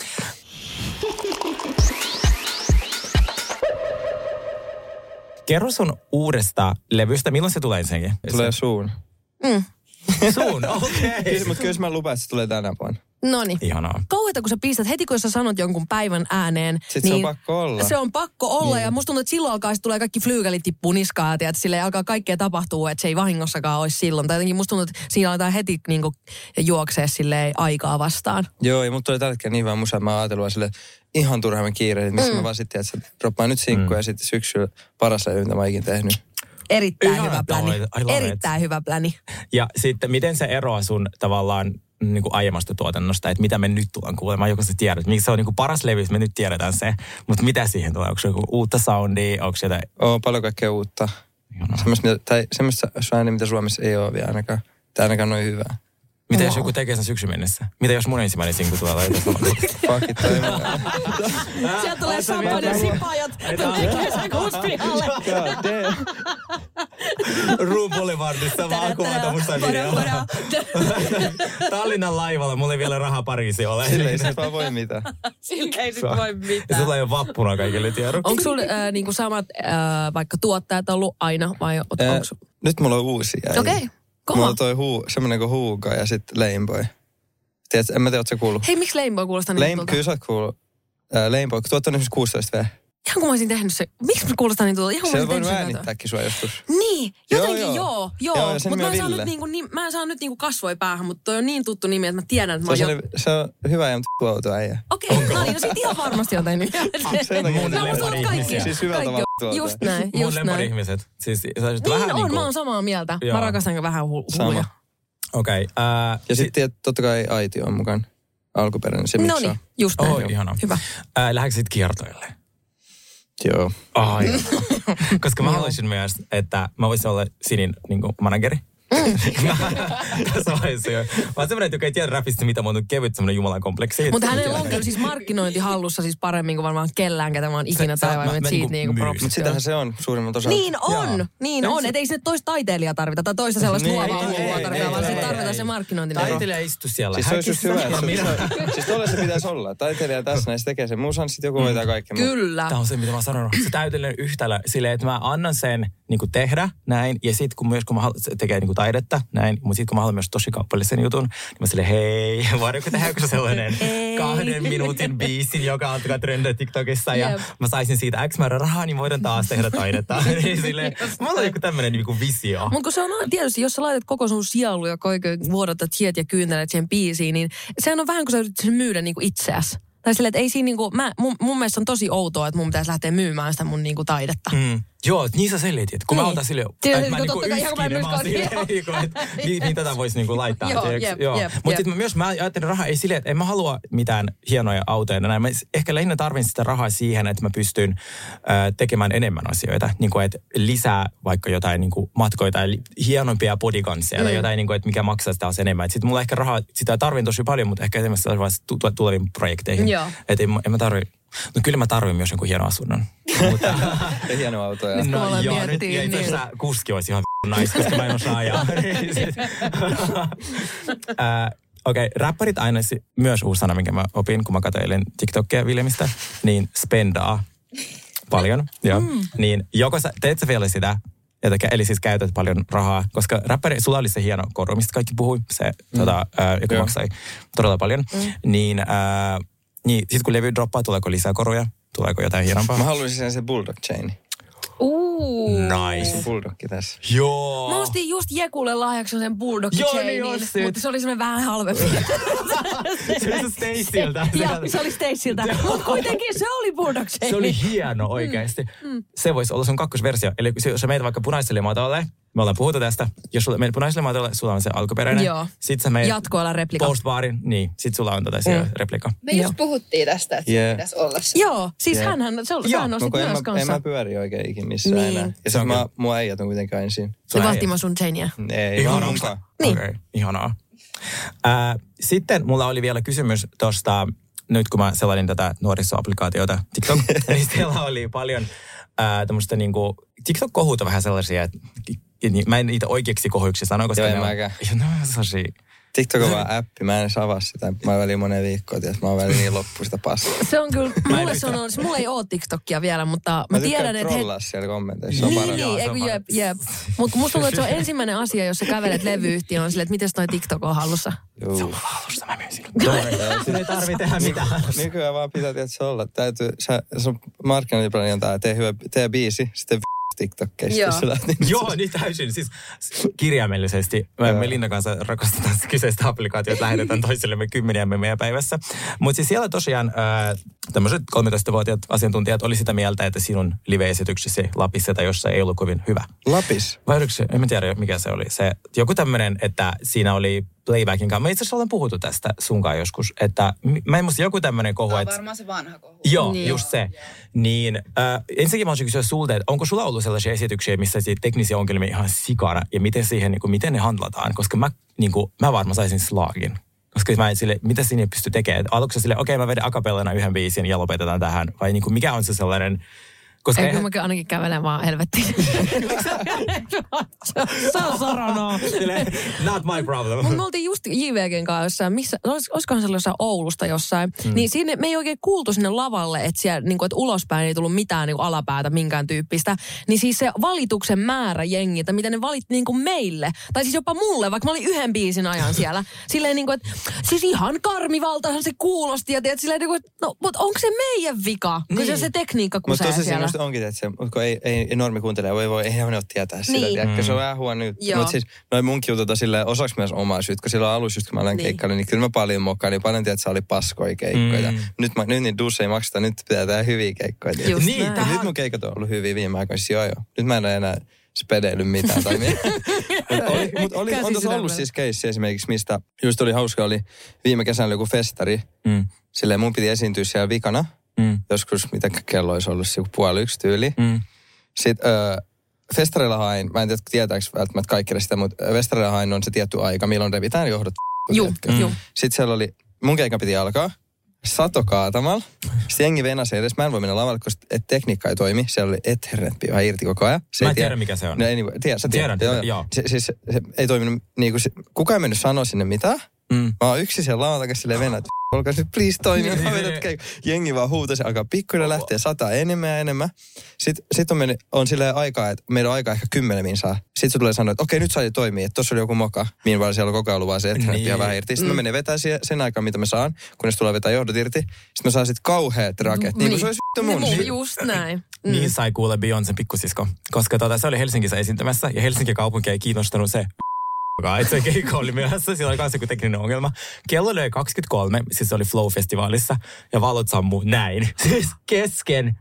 Speaker 2: Kerro sun uudesta levystä, milloin se tulee ensinnäkin?
Speaker 3: Tulee suun.
Speaker 2: Se- suun, okei.
Speaker 6: <laughs>
Speaker 3: Kyllä, mutta kyllä mä lupaan, että se tulee tänä vuonna.
Speaker 6: No niin.
Speaker 2: Ihanaa.
Speaker 6: Kauheita, kun sä pistät heti, kun sä sanot jonkun päivän ääneen. niin
Speaker 3: Sit se on pakko olla.
Speaker 6: Se on pakko olla niin. ja musta tuntuu, että silloin alkaa, sit tulee kaikki flyygelit tippuu niskaan ja sille alkaa kaikkea tapahtuu, että se ei vahingossakaan olisi silloin. Tai jotenkin musta tuntuu, että siinä aletaan heti niin kuin, juoksee sille aikaa vastaan.
Speaker 3: Joo, ja mut tuli tällä hetkellä niin hyvä musa, mä oon ajatellut vaan sille ihan turhaan kiire, että
Speaker 6: Mm.
Speaker 3: missä mä vaan sitten, että se droppaa nyt sinkkuja ja sitten syksyllä paras levy, mitä mä oon ikinä tehnyt.
Speaker 6: Erittäin
Speaker 2: Ihan
Speaker 6: hyvä
Speaker 2: tavoite.
Speaker 6: pläni.
Speaker 2: I love it.
Speaker 6: Erittäin hyvä pläni.
Speaker 2: Ja sitten miten se eroaa sun tavallaan niin kuin aiemmasta tuotannosta, että mitä me nyt tullaan kuulemaan, joko sä tiedät, miksi se on niin kuin paras levy, me nyt tiedetään se, mutta mitä siihen tulee, onko se joku uutta soundia, onko se jotain,
Speaker 3: Oo, paljon kaikkea uutta. Semmoista, mitä- tai semmoista soundia, mitä Suomessa ei ole vielä ainakaan. Tai ainakaan noin hyvää.
Speaker 2: mitä jos joku tekee sen syksyn mennessä, mitä jos mun ensimmäinen sinku tulee tai jotain
Speaker 6: <laughs>
Speaker 2: sellaista?
Speaker 3: Fuck it, toi mun-
Speaker 6: Sieltä tulee sampainen sipajat. Tekee sen kuuspihalle.
Speaker 3: God damn.
Speaker 2: Room Boulevardissa vaan kuvata musta videolla. Tallinnan laivalla, mulla ei vielä rahaa Pariisiin ole. <laughs>
Speaker 3: Sille ei sit vaan voi mitään.
Speaker 6: Sille ei sit voi
Speaker 2: Ja
Speaker 6: mitään.
Speaker 2: se tulee jo vappuna kaikille tiedoksi.
Speaker 6: Onko sulla äh, niinku samat äh, vaikka tuottajat ollut aina vai
Speaker 3: Ää,
Speaker 6: onko
Speaker 3: Nyt mulla on uusi äijä.
Speaker 6: Okei,
Speaker 3: Äh, Mulla
Speaker 6: kova.
Speaker 3: on toi huu, semmonen kuin huuka ja sit Laneboy. Tiedätkö, en mä tiedä, oot sä kuullut?
Speaker 6: Hei, miksi Lameboy kuulostaa niin
Speaker 3: Lame,
Speaker 6: tutulta?
Speaker 3: kyllä sä oot kuullut. Ää, Laneboy, kun tuot on esimerkiksi 16 V.
Speaker 6: Ihan kun mä olisin tehnyt se. Miksi me kuulostaa niin tutulta? Ihan kun
Speaker 3: Se
Speaker 6: mä
Speaker 3: on
Speaker 6: olisin
Speaker 3: voinut
Speaker 6: tehnyt sen jotain.
Speaker 3: äänittääkin sua joskus.
Speaker 6: Niin,
Speaker 3: Joo,
Speaker 6: jotenkin joo,
Speaker 3: joo.
Speaker 6: joo.
Speaker 3: Joo, ja sen
Speaker 6: mutta
Speaker 3: nimi
Speaker 6: mä, en
Speaker 3: on
Speaker 6: saa nyt
Speaker 3: Ville.
Speaker 6: niinku, niin, mä en saa nyt niinku kasvoi päähän, mutta toi on niin tuttu nimi, että mä tiedän, että mä
Speaker 3: Se on,
Speaker 6: oon jo...
Speaker 3: sellainen- se on hyvä ja mutta auto äijä.
Speaker 6: Okei, no niin, no sit ihan varmasti on
Speaker 3: <laughs>
Speaker 6: tehnyt.
Speaker 3: Sen takia-
Speaker 2: Mun
Speaker 6: no, musta on
Speaker 2: lempari-
Speaker 6: kaikki.
Speaker 3: Siis hyvällä
Speaker 6: kaikki on-
Speaker 3: tavalla tuolta.
Speaker 6: Just näin,
Speaker 2: Mun
Speaker 6: just näin.
Speaker 2: lempari-ihmiset. Siis, sä olisit
Speaker 6: Niin
Speaker 2: vähän
Speaker 6: on,
Speaker 2: niin
Speaker 6: mä oon samaa mieltä.
Speaker 2: Joo.
Speaker 6: Mä rakastan kyllä vähän hu-
Speaker 3: Sama.
Speaker 6: huuja.
Speaker 2: Okei. Okay,
Speaker 3: Ja sitten sit, totta kai Aitio on mukaan alkuperäinen, se
Speaker 6: No
Speaker 3: miksi
Speaker 6: niin, just näin.
Speaker 2: Oh, ihana.
Speaker 6: Hyvä.
Speaker 2: Ää, lähdekö sit kiertoille?
Speaker 3: Joo.
Speaker 2: Ai. <laughs> Koska mä haluaisin myös, että mä voisin olla Sinin niin kuin, manageri. <laughs> Tässä vaiheessa jo. Mä oon semmonen, joka ei tiedä rapista, mitä mä oon kevyt semmonen jumalan kompleksi.
Speaker 6: Mutta hänellä on kyllä siis markkinointi hallussa siis paremmin kuin varmaan kellään, ketä mä oon ikinä
Speaker 2: sä- mä-
Speaker 6: taivaan,
Speaker 2: mä
Speaker 6: siitä
Speaker 2: niinku
Speaker 6: niinku, niinku
Speaker 2: myyn.
Speaker 6: propsit
Speaker 3: Mutta
Speaker 6: kyllä.
Speaker 3: sitähän se on suurimman osa.
Speaker 6: Niin on,
Speaker 2: Jaa.
Speaker 6: Jaa. niin on. Että ei sinne toista taiteilijaa tarvita tai toista sellaista
Speaker 3: Niin,
Speaker 6: niin, luovaa
Speaker 3: ei,
Speaker 6: hullua
Speaker 3: ei,
Speaker 6: tarvita,
Speaker 3: ei,
Speaker 6: vaan
Speaker 3: ei,
Speaker 6: sitten
Speaker 3: ei,
Speaker 6: tarvitaan
Speaker 3: ei.
Speaker 6: se markkinointinero.
Speaker 2: Taiteilija istu siellä.
Speaker 3: Siis se olisi just
Speaker 2: häkissä.
Speaker 3: hyvä. että
Speaker 2: Ja
Speaker 3: se-
Speaker 2: minä-
Speaker 3: se- Siis tolle se pitäisi olla. Taiteilija tässä näissä tekee sen. Muussa sitten
Speaker 2: Mm.
Speaker 3: joku hoitaa kaiken. mut-
Speaker 6: Kyllä.
Speaker 2: Tämä on se, mitä mä oon sanonut. Se täydellinen yhtälö silleen, että mä annan sen niin kuin tehdä näin. Ja sitten kun myös kun mä haluan, se tekee niin kuin taidetta näin, mutta sitten kun mä haluan myös tosi kaupallisen jutun, niin mä silleen, hei, voidaanko tehdä joku
Speaker 6: <laughs>
Speaker 2: sellainen kahden minuutin biisi, joka alkaa trendaa TikTokissa ja
Speaker 6: Jep.
Speaker 2: mä saisin siitä X määrä rahaa, niin voidaan taas tehdä
Speaker 6: <laughs>
Speaker 2: taidetta. niin silleen, mulla on joku tämmöinen niin kuin visio.
Speaker 6: Mutta kun se on tietysti, jos sä laitat koko sun sielu ja oikein vuodatat hiet ja kyynelet siihen biisiin, niin sehän on vähän kuin sä yrität sen myydä niinku itseäsi. Tai silleen, että ei siinä niinku, mä, mun, mun mielestä on tosi outoa, että mun pitäisi lähteä myymään sitä mun niinku taidetta.
Speaker 2: Mm. Joo, et niin sä selitit. Kun niin. mä
Speaker 6: Niin.
Speaker 2: otan sille,
Speaker 6: Tiedä,
Speaker 2: että mä
Speaker 6: kun
Speaker 2: niinku
Speaker 6: totta kai ihan
Speaker 2: yskin, niin mä oon
Speaker 6: kun mä
Speaker 2: silleen,
Speaker 6: yskaan,
Speaker 2: niinku,
Speaker 6: <laughs>
Speaker 2: että mi- mihin tätä voisi niinku laittaa.
Speaker 6: Joo, jep, jep,
Speaker 2: Mutta
Speaker 6: jep.
Speaker 2: sitten myös mä ajattelin rahaa ei silleen, että en mä halua mitään hienoja autoja. Näin. Mä s- ehkä lähinnä tarvin sitä rahaa siihen, että mä pystyn äh, tekemään enemmän asioita. Niin kuin, että lisää vaikka jotain niin kuin matkoja tai li- hienompia bodygunsia mm. tai jotain, niin kuin, että mikä maksaa sitä taas enemmän. Et sit mulla ehkä rahaa, sitä tarvin tosi paljon, mutta ehkä esimerkiksi sellaisiin tu- tu- tuleviin projekteihin.
Speaker 6: Joo.
Speaker 2: Et en, mä- en mä tarvi, no kyllä mä tarvin myös jonkun hienon
Speaker 6: <laughs>
Speaker 2: asunnon. Mutta,
Speaker 3: Ja hieno auto.
Speaker 2: Niin.
Speaker 3: Ja...
Speaker 6: Kun aloin
Speaker 2: No joo,
Speaker 6: miettiä,
Speaker 2: nyt ja itse
Speaker 6: niin-
Speaker 2: asiassa kuski olisi ihan vittu nais, koska mä en osaa ajaa. Niin sit- Ää, Okei, okay, räppärit aina, si- myös uusi sana, minkä mä opin, kun mä katsoin TikTokia Villemistä, niin spendaa paljon. Joo. Mm. Niin joko sä, teet sä vielä sitä, jotenkin, eli siis käytät paljon rahaa, koska räppäri, sulla oli se hieno koru, mistä kaikki puhui, se, mm. tota, ää, joka
Speaker 3: Joo.
Speaker 2: maksai todella paljon. Mm. Niin, ää, niin sitten kun levy droppaa, tuleeko lisää koruja? Tuleeko jotain hienompaa?
Speaker 3: Mä haluaisin sen se bulldog chain.
Speaker 6: Uu.
Speaker 2: Nice.
Speaker 3: Bulldogki tässä.
Speaker 2: Joo.
Speaker 6: Mä ostin just Jekulle lahjaksi sen bulldog
Speaker 2: Joo, niin
Speaker 6: chainin,
Speaker 2: ostit.
Speaker 6: mutta se oli semmoinen vähän halvempi.
Speaker 3: <laughs>
Speaker 2: Se oli se Stacyltä.
Speaker 6: ja, se oli Stacyltä. Mutta kuitenkin se oli bulldog chain.
Speaker 2: Se oli hieno oikeasti. Mm. Se voisi olla sun kakkosversio. Eli se- jos sä meet vaikka punaiselle matolle, me ollaan puhuttu tästä. Jos sulla meet punaiselle matolle, sulla on se alkuperäinen.
Speaker 6: Joo.
Speaker 2: Sitten sä meet
Speaker 6: Jatkoala replika. Mm.
Speaker 2: postbaarin, niin. Sitten sulla on tota siellä replika.
Speaker 7: Me
Speaker 6: Joo.
Speaker 7: just puhuttiin tästä, että
Speaker 3: Jee.
Speaker 7: yeah. pitäisi olla se.
Speaker 6: Joo, siis yeah. hänhän, se oli,
Speaker 2: Joo,
Speaker 6: sähän
Speaker 3: No
Speaker 6: nostit
Speaker 3: kun en
Speaker 6: myös
Speaker 3: mä, en
Speaker 6: kanssa.
Speaker 3: mä pyöri oikein ikinä missään
Speaker 6: Niin.
Speaker 3: niin. enää. Ja
Speaker 2: Se
Speaker 3: siis
Speaker 2: on
Speaker 3: mä, mua äijät on kuitenkin aina siinä.
Speaker 6: Se
Speaker 2: Ai-
Speaker 6: vahtimaan sun chainiä.
Speaker 3: Ei, mä oon mukaan.
Speaker 2: Niin. Okei, ihanaa. Ää, sitten mulla oli vielä kysymys tuosta, nyt kun mä selailin tätä nuorisoapplikaatiota TikTok,
Speaker 3: <laughs>
Speaker 2: niin siellä oli paljon ää, tämmöistä niinku, TikTok-kohut on vähän sellaisia, että niin, mä en niitä oikeiksi kohuiksi sano, koska
Speaker 3: Joo, en
Speaker 2: ne on,
Speaker 3: mäkään.
Speaker 2: Joo, ne on vähän sellaisia.
Speaker 3: TikTok
Speaker 6: Mm.
Speaker 3: on vaan appi, mä en edes avaa sitä. Mä välin monen viikkoa, tiedät, mä oon välin niin loppu sitä
Speaker 6: <laughs>
Speaker 3: paskaa.
Speaker 6: Se on kyllä, mulle, se
Speaker 2: pysty-
Speaker 6: on, ollut- mulla ei oo TikTokia vielä, mutta mä,
Speaker 3: Mä,
Speaker 6: tiedän,
Speaker 3: tykkään
Speaker 6: että he,
Speaker 3: trollaa siellä kommenteissa. Se on
Speaker 6: Niin,
Speaker 3: paras.
Speaker 2: Joo,
Speaker 6: niin,
Speaker 2: se
Speaker 6: eikö
Speaker 2: on
Speaker 6: jep,
Speaker 2: parempi.
Speaker 6: jep. Mutta musta tuntuu, että se on ensimmäinen asia, jos sä kävelet levyyhtiöön, on silleen, että miten toi TikTok on hallussa.
Speaker 3: Juu.
Speaker 2: Alusta mä myin
Speaker 3: <laughs>
Speaker 2: sille. Sinun ei tarvitse tehdä mitään.
Speaker 3: Nykyään vaan pitää tietysti olla. Täytyy, sä, sun markkinointiplani on tää, tee hyvä, tee biisi, sitten <laughs> vi- TikTokkeista.
Speaker 6: Joo.
Speaker 3: Jos sä lähdet
Speaker 2: <laughs>
Speaker 3: niin-
Speaker 2: Joo, niin täysin. Siis kirjaimellisesti. Me, me Linnan kanssa rakastetaan sitä kyseistä applikaatiota, lähetetään toisillemme kymmeniä memejä päivässä. Mutta siis siellä tosiaan ää, tämmöiset 13-vuotiaat asiantuntijat oli sitä mieltä, että sinun live-esityksesi Lapissa tai jossa ei ollut kovin hyvä.
Speaker 3: <laughs> Lapis.
Speaker 2: Vai oliko se, en mä tiedä mikä se oli. Se, joku tämmöinen, että siinä oli playbackin kanssa. Me itse asiassa ollaan puhuttu tästä sunkaan joskus, että m- mä en muista joku tämmöinen kohu,
Speaker 7: Tämä on
Speaker 2: että
Speaker 7: varmaan se vanha kohu.
Speaker 2: Joo, niin. just se. Niin, äh, ensinnäkin mä olisin kysyä sulta, että onko sulla ollut sellaisia esityksiä, missä siitä teknisiä ongelmia ihan sikana, ja miten, siihen, niin kuin, miten ne handlataan? Koska mä, niin kuin, mä varmaan saisin slaagin. Koska mä en sille, mitä siinä pystyy tekemään? Et Aluksi sille, okei, okay, mä vedän akapellana yhden biisin ja lopetetaan tähän. Vai niin kuin, mikä on se sellainen... Koska
Speaker 3: Eh.
Speaker 6: Eikö
Speaker 2: eihän-
Speaker 6: mäkin ainakin kävelen vaan
Speaker 3: <laughs>
Speaker 6: helvettiin. <laughs> se on
Speaker 2: <laughs>
Speaker 6: saranaa.
Speaker 2: Silleen, Not my problem.
Speaker 6: Mutta me oltiin just JVGn kanssa jossain, missä, olis- olisikohan siellä jossain Oulusta jossain, mm. niin siinä me ei oikein kuultu sinne lavalle, että, siellä, niin kuin, että ulospäin ei tullut mitään niin kuin alapäätä minkään tyyppistä. Niin siis se valituksen määrä jengi, että mitä ne valit niin kuin meille, tai siis jopa mulle, vaikka mä olin yhden biisin ajan
Speaker 2: <laughs>
Speaker 6: siellä. Silleen niin kuin, että siis ihan karmivaltahan se kuulosti, ja tiedät, silleen niin kuin, että no, mutta onko se meidän vika, kun se, on se
Speaker 2: Niin.
Speaker 6: tekniikka
Speaker 3: Mutta
Speaker 6: kusee
Speaker 3: tosi se
Speaker 6: siellä.
Speaker 3: just onkin, että se, kun ei, ei, ei normi kuuntele, voi voi, eihän ne ole tietää sitä,
Speaker 6: Niin.
Speaker 3: niin. se on vähän huono nyt.
Speaker 6: Joo.
Speaker 3: Mutta siis noin mun kiutut on silleen osaksi myös omaa syyt, kun silloin alussa just kun mä
Speaker 6: Niin.
Speaker 3: olen niin. keikkaillut, niin kyllä mä paljon mokkaan, niin paljon tiedät, että se oli paskoja keikkoja.
Speaker 2: Mm.
Speaker 3: Mm. Nyt, mä, nyt niin duussa ei makseta, nyt pitää tehdä hyviä keikkoja. tiedät.
Speaker 6: Just
Speaker 2: Niin,
Speaker 6: näin.
Speaker 2: tää-
Speaker 3: Ja nyt mun keikat on ollut hyviä viime aikoina, siis joo joo. Nyt mä en ole enää spedeillyt mitään. Tai niin.
Speaker 6: <laughs>
Speaker 3: Mut oli, mut oli,
Speaker 6: Käsi
Speaker 3: on tuossa ollut
Speaker 6: sydämellä.
Speaker 3: siis keissi esimerkiksi, mistä just oli hauska, oli viime kesänä oli joku festari.
Speaker 2: Mm.
Speaker 3: Silleen mun piti esiintyä siellä vikana.
Speaker 2: Mm.
Speaker 3: Joskus, mitä kello olisi ollut, joku puoli yksi tyyli.
Speaker 2: Mm.
Speaker 3: Sitten öö, festareilla hain, mä en tiedä tietääkö välttämättä kaikki sitä, mutta ö, festareilla hain on se tietty aika, milloin revitään johdot.
Speaker 6: Juu,
Speaker 3: Mm.
Speaker 6: juu.
Speaker 3: Sitten siellä oli, mun keikka piti alkaa, sato kaatamalla. Sitten jengi venäsi edes, mä en voi mennä lavalle, koska et tekniikka ei toimi. Siellä oli ethernet vähän irti koko ajan. Se
Speaker 2: Mä
Speaker 3: ei
Speaker 2: en tiedä,
Speaker 3: tie-
Speaker 2: mikä se on.
Speaker 3: No ei, niin, tiedä, sä tiedät.
Speaker 2: Tiedän,
Speaker 3: joo.
Speaker 2: joo.
Speaker 3: Se, siis, se, ei toiminut, niin kuin, se, kukaan ei mennyt sanoa sinne mitään.
Speaker 2: Mm.
Speaker 3: Mä oon yksin siellä lavan takaisin silleen venät. <laughs> Olkaa nyt please toimia. Mä vedät keik- Jengi vaan huutaa, se alkaa pikkuhiljaa lähteä sataa enemmän ja enemmän. Sitten sit on, mennyt, on silleen aikaa, että meillä on aikaa ehkä kymmenen minsaa. Sitten se tulee sanoa, että okei nyt saa jo toimia, että tossa oli joku moka. Niin vaan siellä on koko ajan ollut vaan se, että
Speaker 2: Niin.
Speaker 3: niin. vähän irti. Sitten mä menen vetää sie- sen aikaa, mitä mä saan, kunnes tulee vetää johdot irti. Sitten mä saan sit kauheat raket. Niin kuin se olisi vittu mun.
Speaker 6: Niin, Just näin.
Speaker 2: Mm. Niin sai kuulla Beyoncé pikkusisko, koska tota, se oli Helsingissä esiintymässä ja Helsingin kaupunki ei kiinnostanut se <laughs> joka itse keikka oli myöhässä, sillä oli myös joku tekninen ongelma. Kello löi 23, siis se oli Flow-festivaalissa, ja valot sammuu näin. <laughs> Siis kesken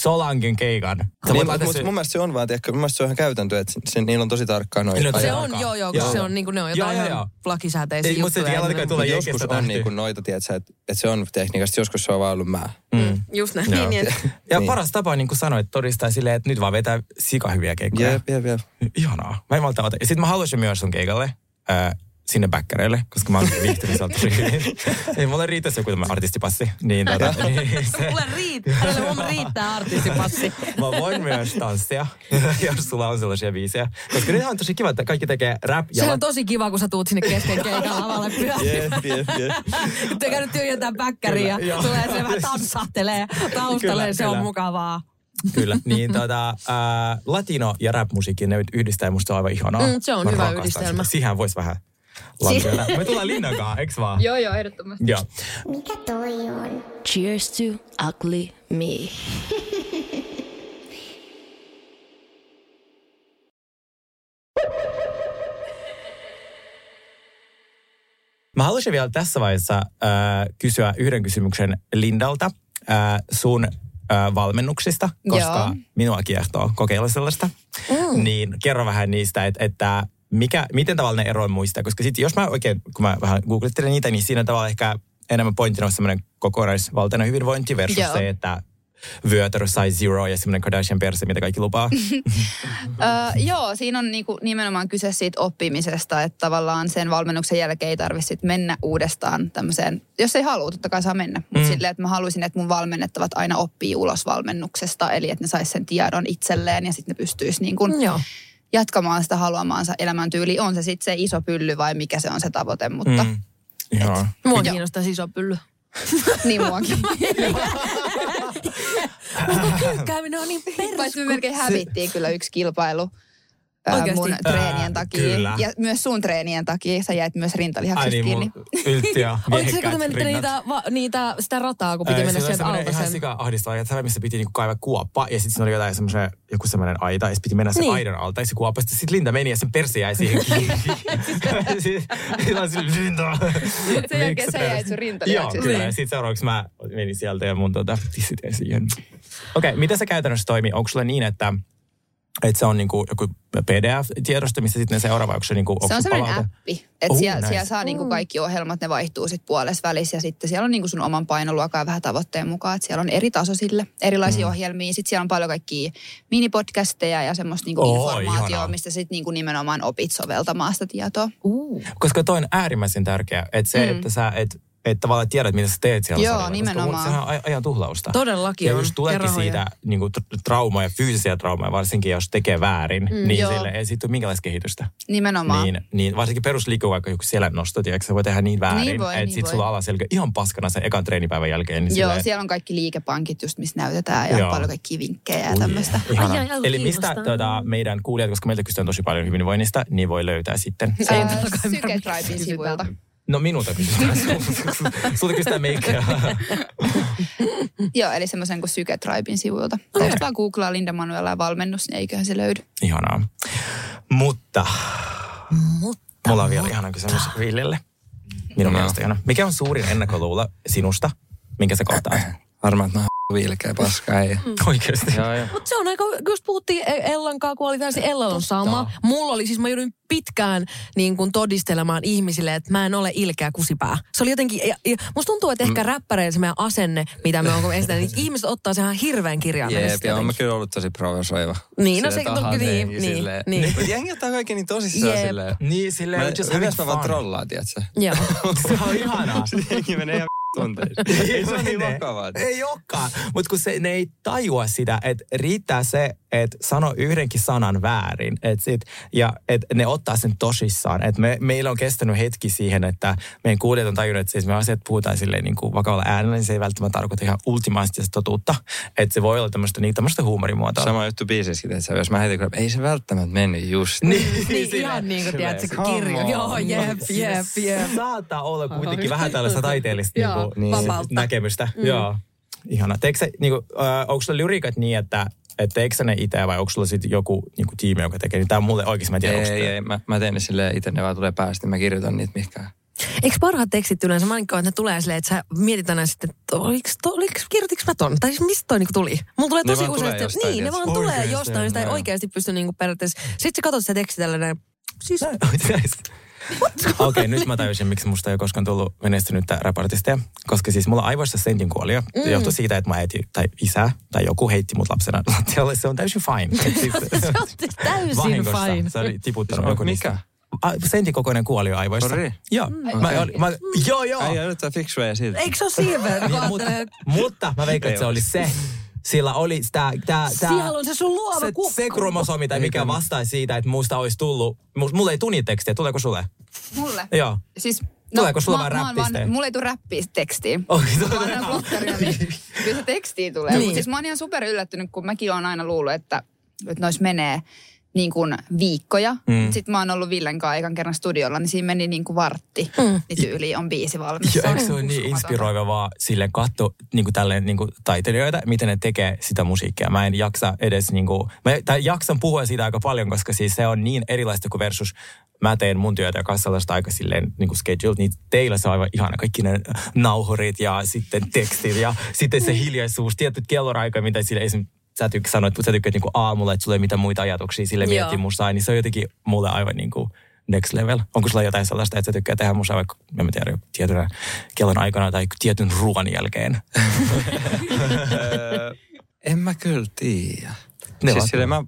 Speaker 2: Solangen keikan. Sä voit
Speaker 3: Niin,
Speaker 2: laittaa
Speaker 3: mutta
Speaker 2: se-
Speaker 3: mun mielestä se on vaan, tiedätkö, mun mielestä se on ihan käytäntö, että se, se, niillä on tosi tarkkaan noin.
Speaker 2: Niillä on tosi
Speaker 6: Se
Speaker 2: Ai
Speaker 6: on,
Speaker 2: alkaa.
Speaker 6: joo, joo, kun
Speaker 2: Joo.
Speaker 6: se on, niin kuin, ne on jotain
Speaker 2: Joo,
Speaker 6: joo,
Speaker 2: joo, joo.
Speaker 6: lakisääteisiä
Speaker 2: Ei, mut se
Speaker 6: juttuja.
Speaker 2: tiedä,
Speaker 6: enemmän.
Speaker 2: tulee
Speaker 3: Mutta joskus
Speaker 2: Jenkeistä
Speaker 3: on
Speaker 2: nähty.
Speaker 3: niinku noita, tiedätkö, että, että se on tekniikasta, joskus se on vaan ollut mä.
Speaker 2: Mm.
Speaker 6: Just näin.
Speaker 2: Joo.
Speaker 6: Niin, niin, että
Speaker 2: Ja
Speaker 3: Niin.
Speaker 2: paras tapa on niin kuin sanoit, todistaa silleen, että nyt vaan vetää sika hyviä keikkoja.
Speaker 3: Jep, jep, jep.
Speaker 2: Ihanaa. Mä en valta ota. Ja sit mä haluaisin myös sun keikalle. Äh, sinne bäkkäreille, koska mä
Speaker 3: <laughs>
Speaker 2: oon viihtynyt sieltä hyvin. Ei mulle riittäisi joku tämä artistipassi. Niin,
Speaker 3: <laughs>
Speaker 2: tota, niin
Speaker 6: <laughs>
Speaker 2: se,
Speaker 6: Mulle riittää, Hänelle mulle riittää artistipassi.
Speaker 2: Mä voin myös tanssia, jos sulla on sellaisia biisejä. Koska nyt on tosi kiva, että kaikki tekee rap ja
Speaker 6: Se on
Speaker 2: lat-
Speaker 6: tosi kiva, kun sä tuut sinne kesken keikan lavalle pyörimään.
Speaker 3: Jep, jep, jep.
Speaker 6: <laughs> Te käynyt tyhjentää päkkäriä
Speaker 2: Kyllä, joo.
Speaker 6: ja tulee se vähän tanssahtelee taustalle,
Speaker 2: Kyllä,
Speaker 6: se on
Speaker 2: kyllä.
Speaker 6: mukavaa.
Speaker 2: Kyllä, niin tota, ää, latino ja rap-musiikki, ne yhdistää ja musta se on aivan ihanaa.
Speaker 6: Mm, se on
Speaker 2: Mä
Speaker 6: hyvä
Speaker 2: rakastan
Speaker 6: yhdistelmä.
Speaker 2: Sitä. Siihen voisi vähän lankeilla. Me tullaan linnakaan, eiks
Speaker 6: <laughs>
Speaker 2: vaan?
Speaker 7: Joo, joo, ehdottomasti.
Speaker 2: Joo.
Speaker 4: Mikä toi on?
Speaker 5: Cheers to ugly me.
Speaker 2: Mä haluaisin vielä tässä vaiheessa äh, kysyä yhden kysymyksen Lindalta äh, sun äh, valmennuksista, koska
Speaker 7: Joo.
Speaker 2: minua kiehtoo kokeilla sellaista. Mm. Niin kerro vähän niistä, että, että mikä, miten tavalla ne eroavat muista. Koska sit, jos mä oikein, kun mä vähän googlettelin niitä, niin siinä tavalla ehkä enemmän pointtina on semmoinen kokonaisvaltainen hyvinvointi versus
Speaker 7: Joo.
Speaker 2: se, että vyötärö sai zero ja semmoinen Kardashian perse, mitä kaikki
Speaker 6: <laughs>
Speaker 2: lupaa.
Speaker 7: Öö, joo, siinä on niinku nimenomaan kyse siitä oppimisesta, että tavallaan sen valmennuksen jälkeen ei tarvitse mennä uudestaan tämmöiseen, jos ei halua, totta kai saa mennä.
Speaker 2: Mm.
Speaker 7: Mutta silleen, että mä haluaisin, että mun valmennettavat aina oppii ulos valmennuksesta, eli että ne sais sen tiedon itselleen ja sitten ne pystyisi niinku
Speaker 2: Mm,
Speaker 6: Joo.
Speaker 7: jatkamaan sitä haluamaansa elämäntyyli. On se sitten se iso pylly vai mikä se on se tavoite, mutta mm.
Speaker 2: Joo.
Speaker 6: Mua kiinnostaa iso <laughs> pylly.
Speaker 7: <laughs> niin muakin.
Speaker 6: Käyminen on niin
Speaker 7: Paitsi me melkein hävittiin kyllä yksi kilpailu. ää,
Speaker 6: Oikeasti?
Speaker 7: mun treenien takia.
Speaker 2: kyllä.
Speaker 7: Ja myös sun treenien takia. Sä jäit myös
Speaker 2: Ai
Speaker 7: rintalihaksista
Speaker 2: niin,
Speaker 7: kiinni.
Speaker 2: mun yltti ja
Speaker 6: <laughs> Oliko se, kun te
Speaker 2: miehekkäät
Speaker 6: menitte
Speaker 2: rinnat.
Speaker 6: niitä, va, niitä, sitä rataa, kun piti
Speaker 2: Ei,
Speaker 6: mennä
Speaker 2: siinä oli
Speaker 6: sieltä
Speaker 2: semmoinen
Speaker 6: alta
Speaker 2: Ihan
Speaker 6: sen?
Speaker 2: sika ahdistava jättävä, missä piti niinku kaivaa kuoppa ja sitten siinä oli jotain semmoisen, joku semmoinen aita ja sitten piti mennä sen
Speaker 6: Niin.
Speaker 2: niin. aidan alta ja se kuoppa. Sitten sit Linda meni ja sen persi jäi siihen kiinni. Sitten on sille Linda.
Speaker 7: Sen jälkeen
Speaker 2: miksi
Speaker 7: sä
Speaker 2: persi?"
Speaker 7: jäit sun
Speaker 2: Joo,
Speaker 7: rintalihaksista.
Speaker 2: kyllä. Ja
Speaker 7: Niin.
Speaker 2: sitten seuraavaksi mä menin sieltä ja mun tota, tissit jäi siihen. Okei, okay, mitä se käytännössä toimii? Onko sulla niin, että että se on niinku joku PDF-tiedosto, missä sitten ne seuraava, onko se niinku,
Speaker 7: Se on
Speaker 2: onko
Speaker 7: sellainen
Speaker 2: palaute?
Speaker 7: appi, että
Speaker 2: Oh,
Speaker 7: siellä,
Speaker 2: nice.
Speaker 7: siellä saa niinku kaikki ohjelmat, ne vaihtuu sitten puolessa välissä ja sitten siellä on niinku sun oman painoluokan ja vähän tavoitteen mukaan, että siellä on eri taso sille, erilaisia mm. ohjelmia. Sitten siellä on paljon kaikkia minipodcasteja ja semmoista niinku
Speaker 2: Oo,
Speaker 7: informaatiota,
Speaker 2: ihanaa.
Speaker 7: mistä sitten niinku nimenomaan opit soveltamaan sitä tietoa.
Speaker 6: Uh.
Speaker 2: Koska toi on äärimmäisen tärkeä, että se, mm. että sä et, et tavallaan tiedät, mitä sä teet siellä
Speaker 7: Joo,
Speaker 2: sarjalla, koska
Speaker 7: nimenomaan.
Speaker 2: Sehän on ai- ajan tuhlausta.
Speaker 6: Todellakin
Speaker 2: ja
Speaker 6: on.
Speaker 2: jos tuleekin
Speaker 6: Ja rahoja.
Speaker 2: siitä niin kuin, traumaa ja fyysisiä traumaa, varsinkin jos tekee väärin, mm, niin
Speaker 7: joo.
Speaker 2: joo. sille ei siitä tule minkälaista kehitystä.
Speaker 7: Nimenomaan.
Speaker 2: Niin, niin, varsinkin perusliikku, vaikka joku selän nosto, tiedätkö, sä voi tehdä niin väärin,
Speaker 7: Niin voi,
Speaker 2: että
Speaker 7: niin
Speaker 2: sit
Speaker 7: voi.
Speaker 2: sulla alaselkä ihan paskana sen ekan treenipäivän jälkeen. Niin
Speaker 7: Joo,
Speaker 2: silleen-
Speaker 7: siellä on kaikki liikepankit just, missä näytetään ja Joo.
Speaker 2: Joo.
Speaker 7: paljon kaikkia vinkkejä ja
Speaker 2: Ui,
Speaker 7: tämmöistä.
Speaker 2: ihanaa.
Speaker 6: Ai, ai, ai,
Speaker 2: Eli mistä
Speaker 6: kiinnostaa.
Speaker 2: tuota, meidän kuulijat, koska meiltä kysytään tosi paljon hyvinvoinnista, niin voi löytää sitten.
Speaker 7: Ää,
Speaker 6: totta kai
Speaker 7: Syke
Speaker 6: varmaan
Speaker 7: Tribein
Speaker 6: kysytään.
Speaker 7: sivuilta.
Speaker 2: No minulta
Speaker 7: <laughs>
Speaker 2: kysytään. Sulta kysytään meikkiä.
Speaker 7: Joo, eli semmoisen kuin Syke Tribein sivuilta. Tai just vaan googlaa Linda Manuela ja valmennus, niin eiköhän se löydy.
Speaker 2: Ihanaa. Mutta, Mutta mulla on vielä ihana kysymys Villelle. Minun no. mielestä ihana. Mikä on suurin ennakkoluulo sinusta, minkä sä
Speaker 3: <clears throat>
Speaker 2: kohtaat?
Speaker 3: Varmaan, että mä oon <laughs> vilkeä paska ei.
Speaker 2: Mm. Oikeasti.
Speaker 3: Joo, joo.
Speaker 6: Mutta se on aika, kun just puhuttiin Ellankaa, kun oli vähän se Ella on sama. Mulla oli siis, mä jouduin pitkään niin kuin todistelemaan ihmisille, että mä en ole ilkeä kusipää. Se oli jotenkin, ja, ja musta tuntuu, että
Speaker 3: Mm.
Speaker 6: ehkä räppäreillä se meidän asenne, mitä me olemme esittäneet,
Speaker 3: <laughs>
Speaker 6: niin ihmiset ottaa sen ihan hirveän
Speaker 3: Jep,
Speaker 6: kirjaimellisesti.
Speaker 3: ja on mä <laughs>
Speaker 6: jotenkin.
Speaker 3: kyllä ollut tosi provosoiva.
Speaker 6: Niin, no
Speaker 3: Silleen
Speaker 6: se- toki
Speaker 3: tahalleen
Speaker 6: niin,
Speaker 3: jotenkin
Speaker 6: niin,
Speaker 3: silleen.
Speaker 6: niin.
Speaker 3: Mut jengi ottaa kaiken niin tosissaan
Speaker 6: Jep.
Speaker 3: silleen.
Speaker 2: Niin, silleen,
Speaker 3: Mä,
Speaker 2: we're just having
Speaker 3: yleensä mä vaan
Speaker 2: fun.
Speaker 3: trollaan, tiiätsä.
Speaker 6: Joo.
Speaker 2: Se on
Speaker 3: <laughs>
Speaker 2: ihanaa.
Speaker 3: Jengi menee ihan tunteisiin. Ei se on niin vakavaa. tiiätsä.
Speaker 2: Ei olekaan. Mutta kun se, ne ei tajua sitä, että riittää se, että sano yhdenkin sanan väärin. Et sit, ja et ne ottaa sen tosissaan. Et me, meillä on kestänyt hetki siihen, että meidän kuulijat on tajunnut, että siis me asiat puhutaan silleen niin kuin vakavalla äänellä, niin se ei välttämättä tarkoita ihan ultimaattista totuutta. Että se voi olla tämmöistä niin, tämmöistä huumorimuotoa.
Speaker 3: Sama juttu biisissäkin, että jos mä heti kun ei se välttämättä mennyt just. <laughs>
Speaker 2: Niin,
Speaker 6: Niin, ihan niin kuin, tiedätkö, kirjo. Joo, jep, jep, jep.
Speaker 2: Saattaa olla kuitenkin vähän tällaista taiteellista
Speaker 6: Joo,
Speaker 2: niinku, niin.
Speaker 6: vapautta.
Speaker 2: näkemystä. Mm. Joo. Ihana. Teekö sä, niinku, äh, onko sulla lyriikat niin, että et teekö sä ne itse vai onko sulla sitten joku niinku, tiimi, joka tekee? Niin tämä on mulle oikeasti, mä en tiedä,
Speaker 3: Ei,
Speaker 2: onko
Speaker 3: ei, ei. Mä, mä teen ne silleen itse, ne vaan tulee päästä, niin mä kirjoitan niitä mihinkään.
Speaker 6: Eikö parhaat tekstit yleensä mainitkaan, että ne tulee silleen, että sä mietit aina sitten, että oliks, to, oliks, kirjoitiks mä ton? Tai siis mistä toi niinku tuli? Mulla tulee
Speaker 3: Ne
Speaker 6: tosi
Speaker 3: vaan tulee
Speaker 6: useasti,
Speaker 3: jostain,
Speaker 6: niin, ne
Speaker 3: tiedätkö?
Speaker 6: vaan tulee
Speaker 2: Oikeesti,
Speaker 6: jostain, sitä ei
Speaker 2: joo.
Speaker 6: oikeasti pysty niinku periaatteessa. Sitten sä katsot sitä tekstiä tälleen, siis
Speaker 2: Okei, okay, nyt mä tajusin, miksi musta ei ole koskaan tullut menestynyttä raportisteja. Koska siis mulla on aivoissa sentin kuolio. Mm. Johtui siitä, että mä äiti tai isä tai joku heitti mut lapsena <laughs> lattialle. <laughs> Se on täysin fine. Et siis,
Speaker 6: <laughs> se on täysin
Speaker 2: vahingossa.
Speaker 6: fine.
Speaker 2: Se oli tiputtanut
Speaker 3: Siis
Speaker 2: joku
Speaker 3: mikä?
Speaker 2: niistä. a- sentin kokoinen kuolio aivoissa.
Speaker 3: Sori.
Speaker 2: Joo.
Speaker 6: Mm.
Speaker 2: Mä,
Speaker 3: Okei.
Speaker 2: olin- mä, joo, joo.
Speaker 3: No niin.
Speaker 2: Niin,
Speaker 3: Ai, nyt tää fiksua ja silti.
Speaker 6: Eikö se ole siiveä, kun
Speaker 2: Mut-
Speaker 6: ajattelee, että
Speaker 2: mutta mä veikkaan, että se oli se. Sillä oli tää, tää, tää,
Speaker 6: siellä on se sun luova
Speaker 2: se,
Speaker 6: kukku?
Speaker 2: se kromosomi tai mikä vastaisi siitä, että musta olisi tullut. mu- Mulle ei tunnin tekstiä, tuleeko sulle?
Speaker 7: Mulle?
Speaker 2: Joo.
Speaker 7: Siis,
Speaker 2: Tuleeko sulla
Speaker 7: mä-
Speaker 2: vaan Oh.
Speaker 7: mä oon
Speaker 2: räppistä?
Speaker 7: Mulle ei tule räppiä tekstiä.
Speaker 2: Okei, tuota-
Speaker 7: Mä oon aina blokkarina,
Speaker 2: <laughs>
Speaker 7: niin kyllä se tekstiä tulee. Niin.
Speaker 6: Niin.
Speaker 7: Mutta siis mä oon ihan super yllättynyt, kun mäkin oon aina luullut, että, että nois menee niin kuin viikkoja. Mm. Sitten mä oon ollut Villen kanssa ekan kerran studiolla, niin siinä meni niin kuin vartti. Mm. Niin tyyli on biisi valmis.
Speaker 2: Ja
Speaker 7: on
Speaker 2: eikö se ole niin
Speaker 7: uskomaton.
Speaker 2: inspiroiva vaan sille katso niin kuin tälleen niin kuin taiteilijoita, miten ne tekee sitä musiikkia. Mä en jaksa edes, niin kuin, mä, tai jaksan puhua siitä aika paljon, koska siis se on niin erilaista kuin versus mä teen mun työtä, joka on sellaista aika silleen niin kuin scheduled, niin teillä se on aivan ihana. Kaikki ne nauhorit ja sitten tekstit ja sitten se hiljaisuus, tietyt kelloraika, mitä sille esimerkiksi sä tyk, sanoit, sä tykkäät niin aamulla, että sulla ei ole mitään muita ajatuksia sille
Speaker 6: Joo.
Speaker 2: miettiä musaa, niin se on jotenkin mulle aivan niin kuin next level. Onko sulla jotain sellaista, että sä tykkää tehdä musaa vaikka, en mä tiedä, tietynä kellon aikana tai tietyn ruoan jälkeen?
Speaker 3: Öö, en mä kyllä tiedä.
Speaker 2: Ne
Speaker 3: siis
Speaker 2: ovat-
Speaker 3: silleen mä,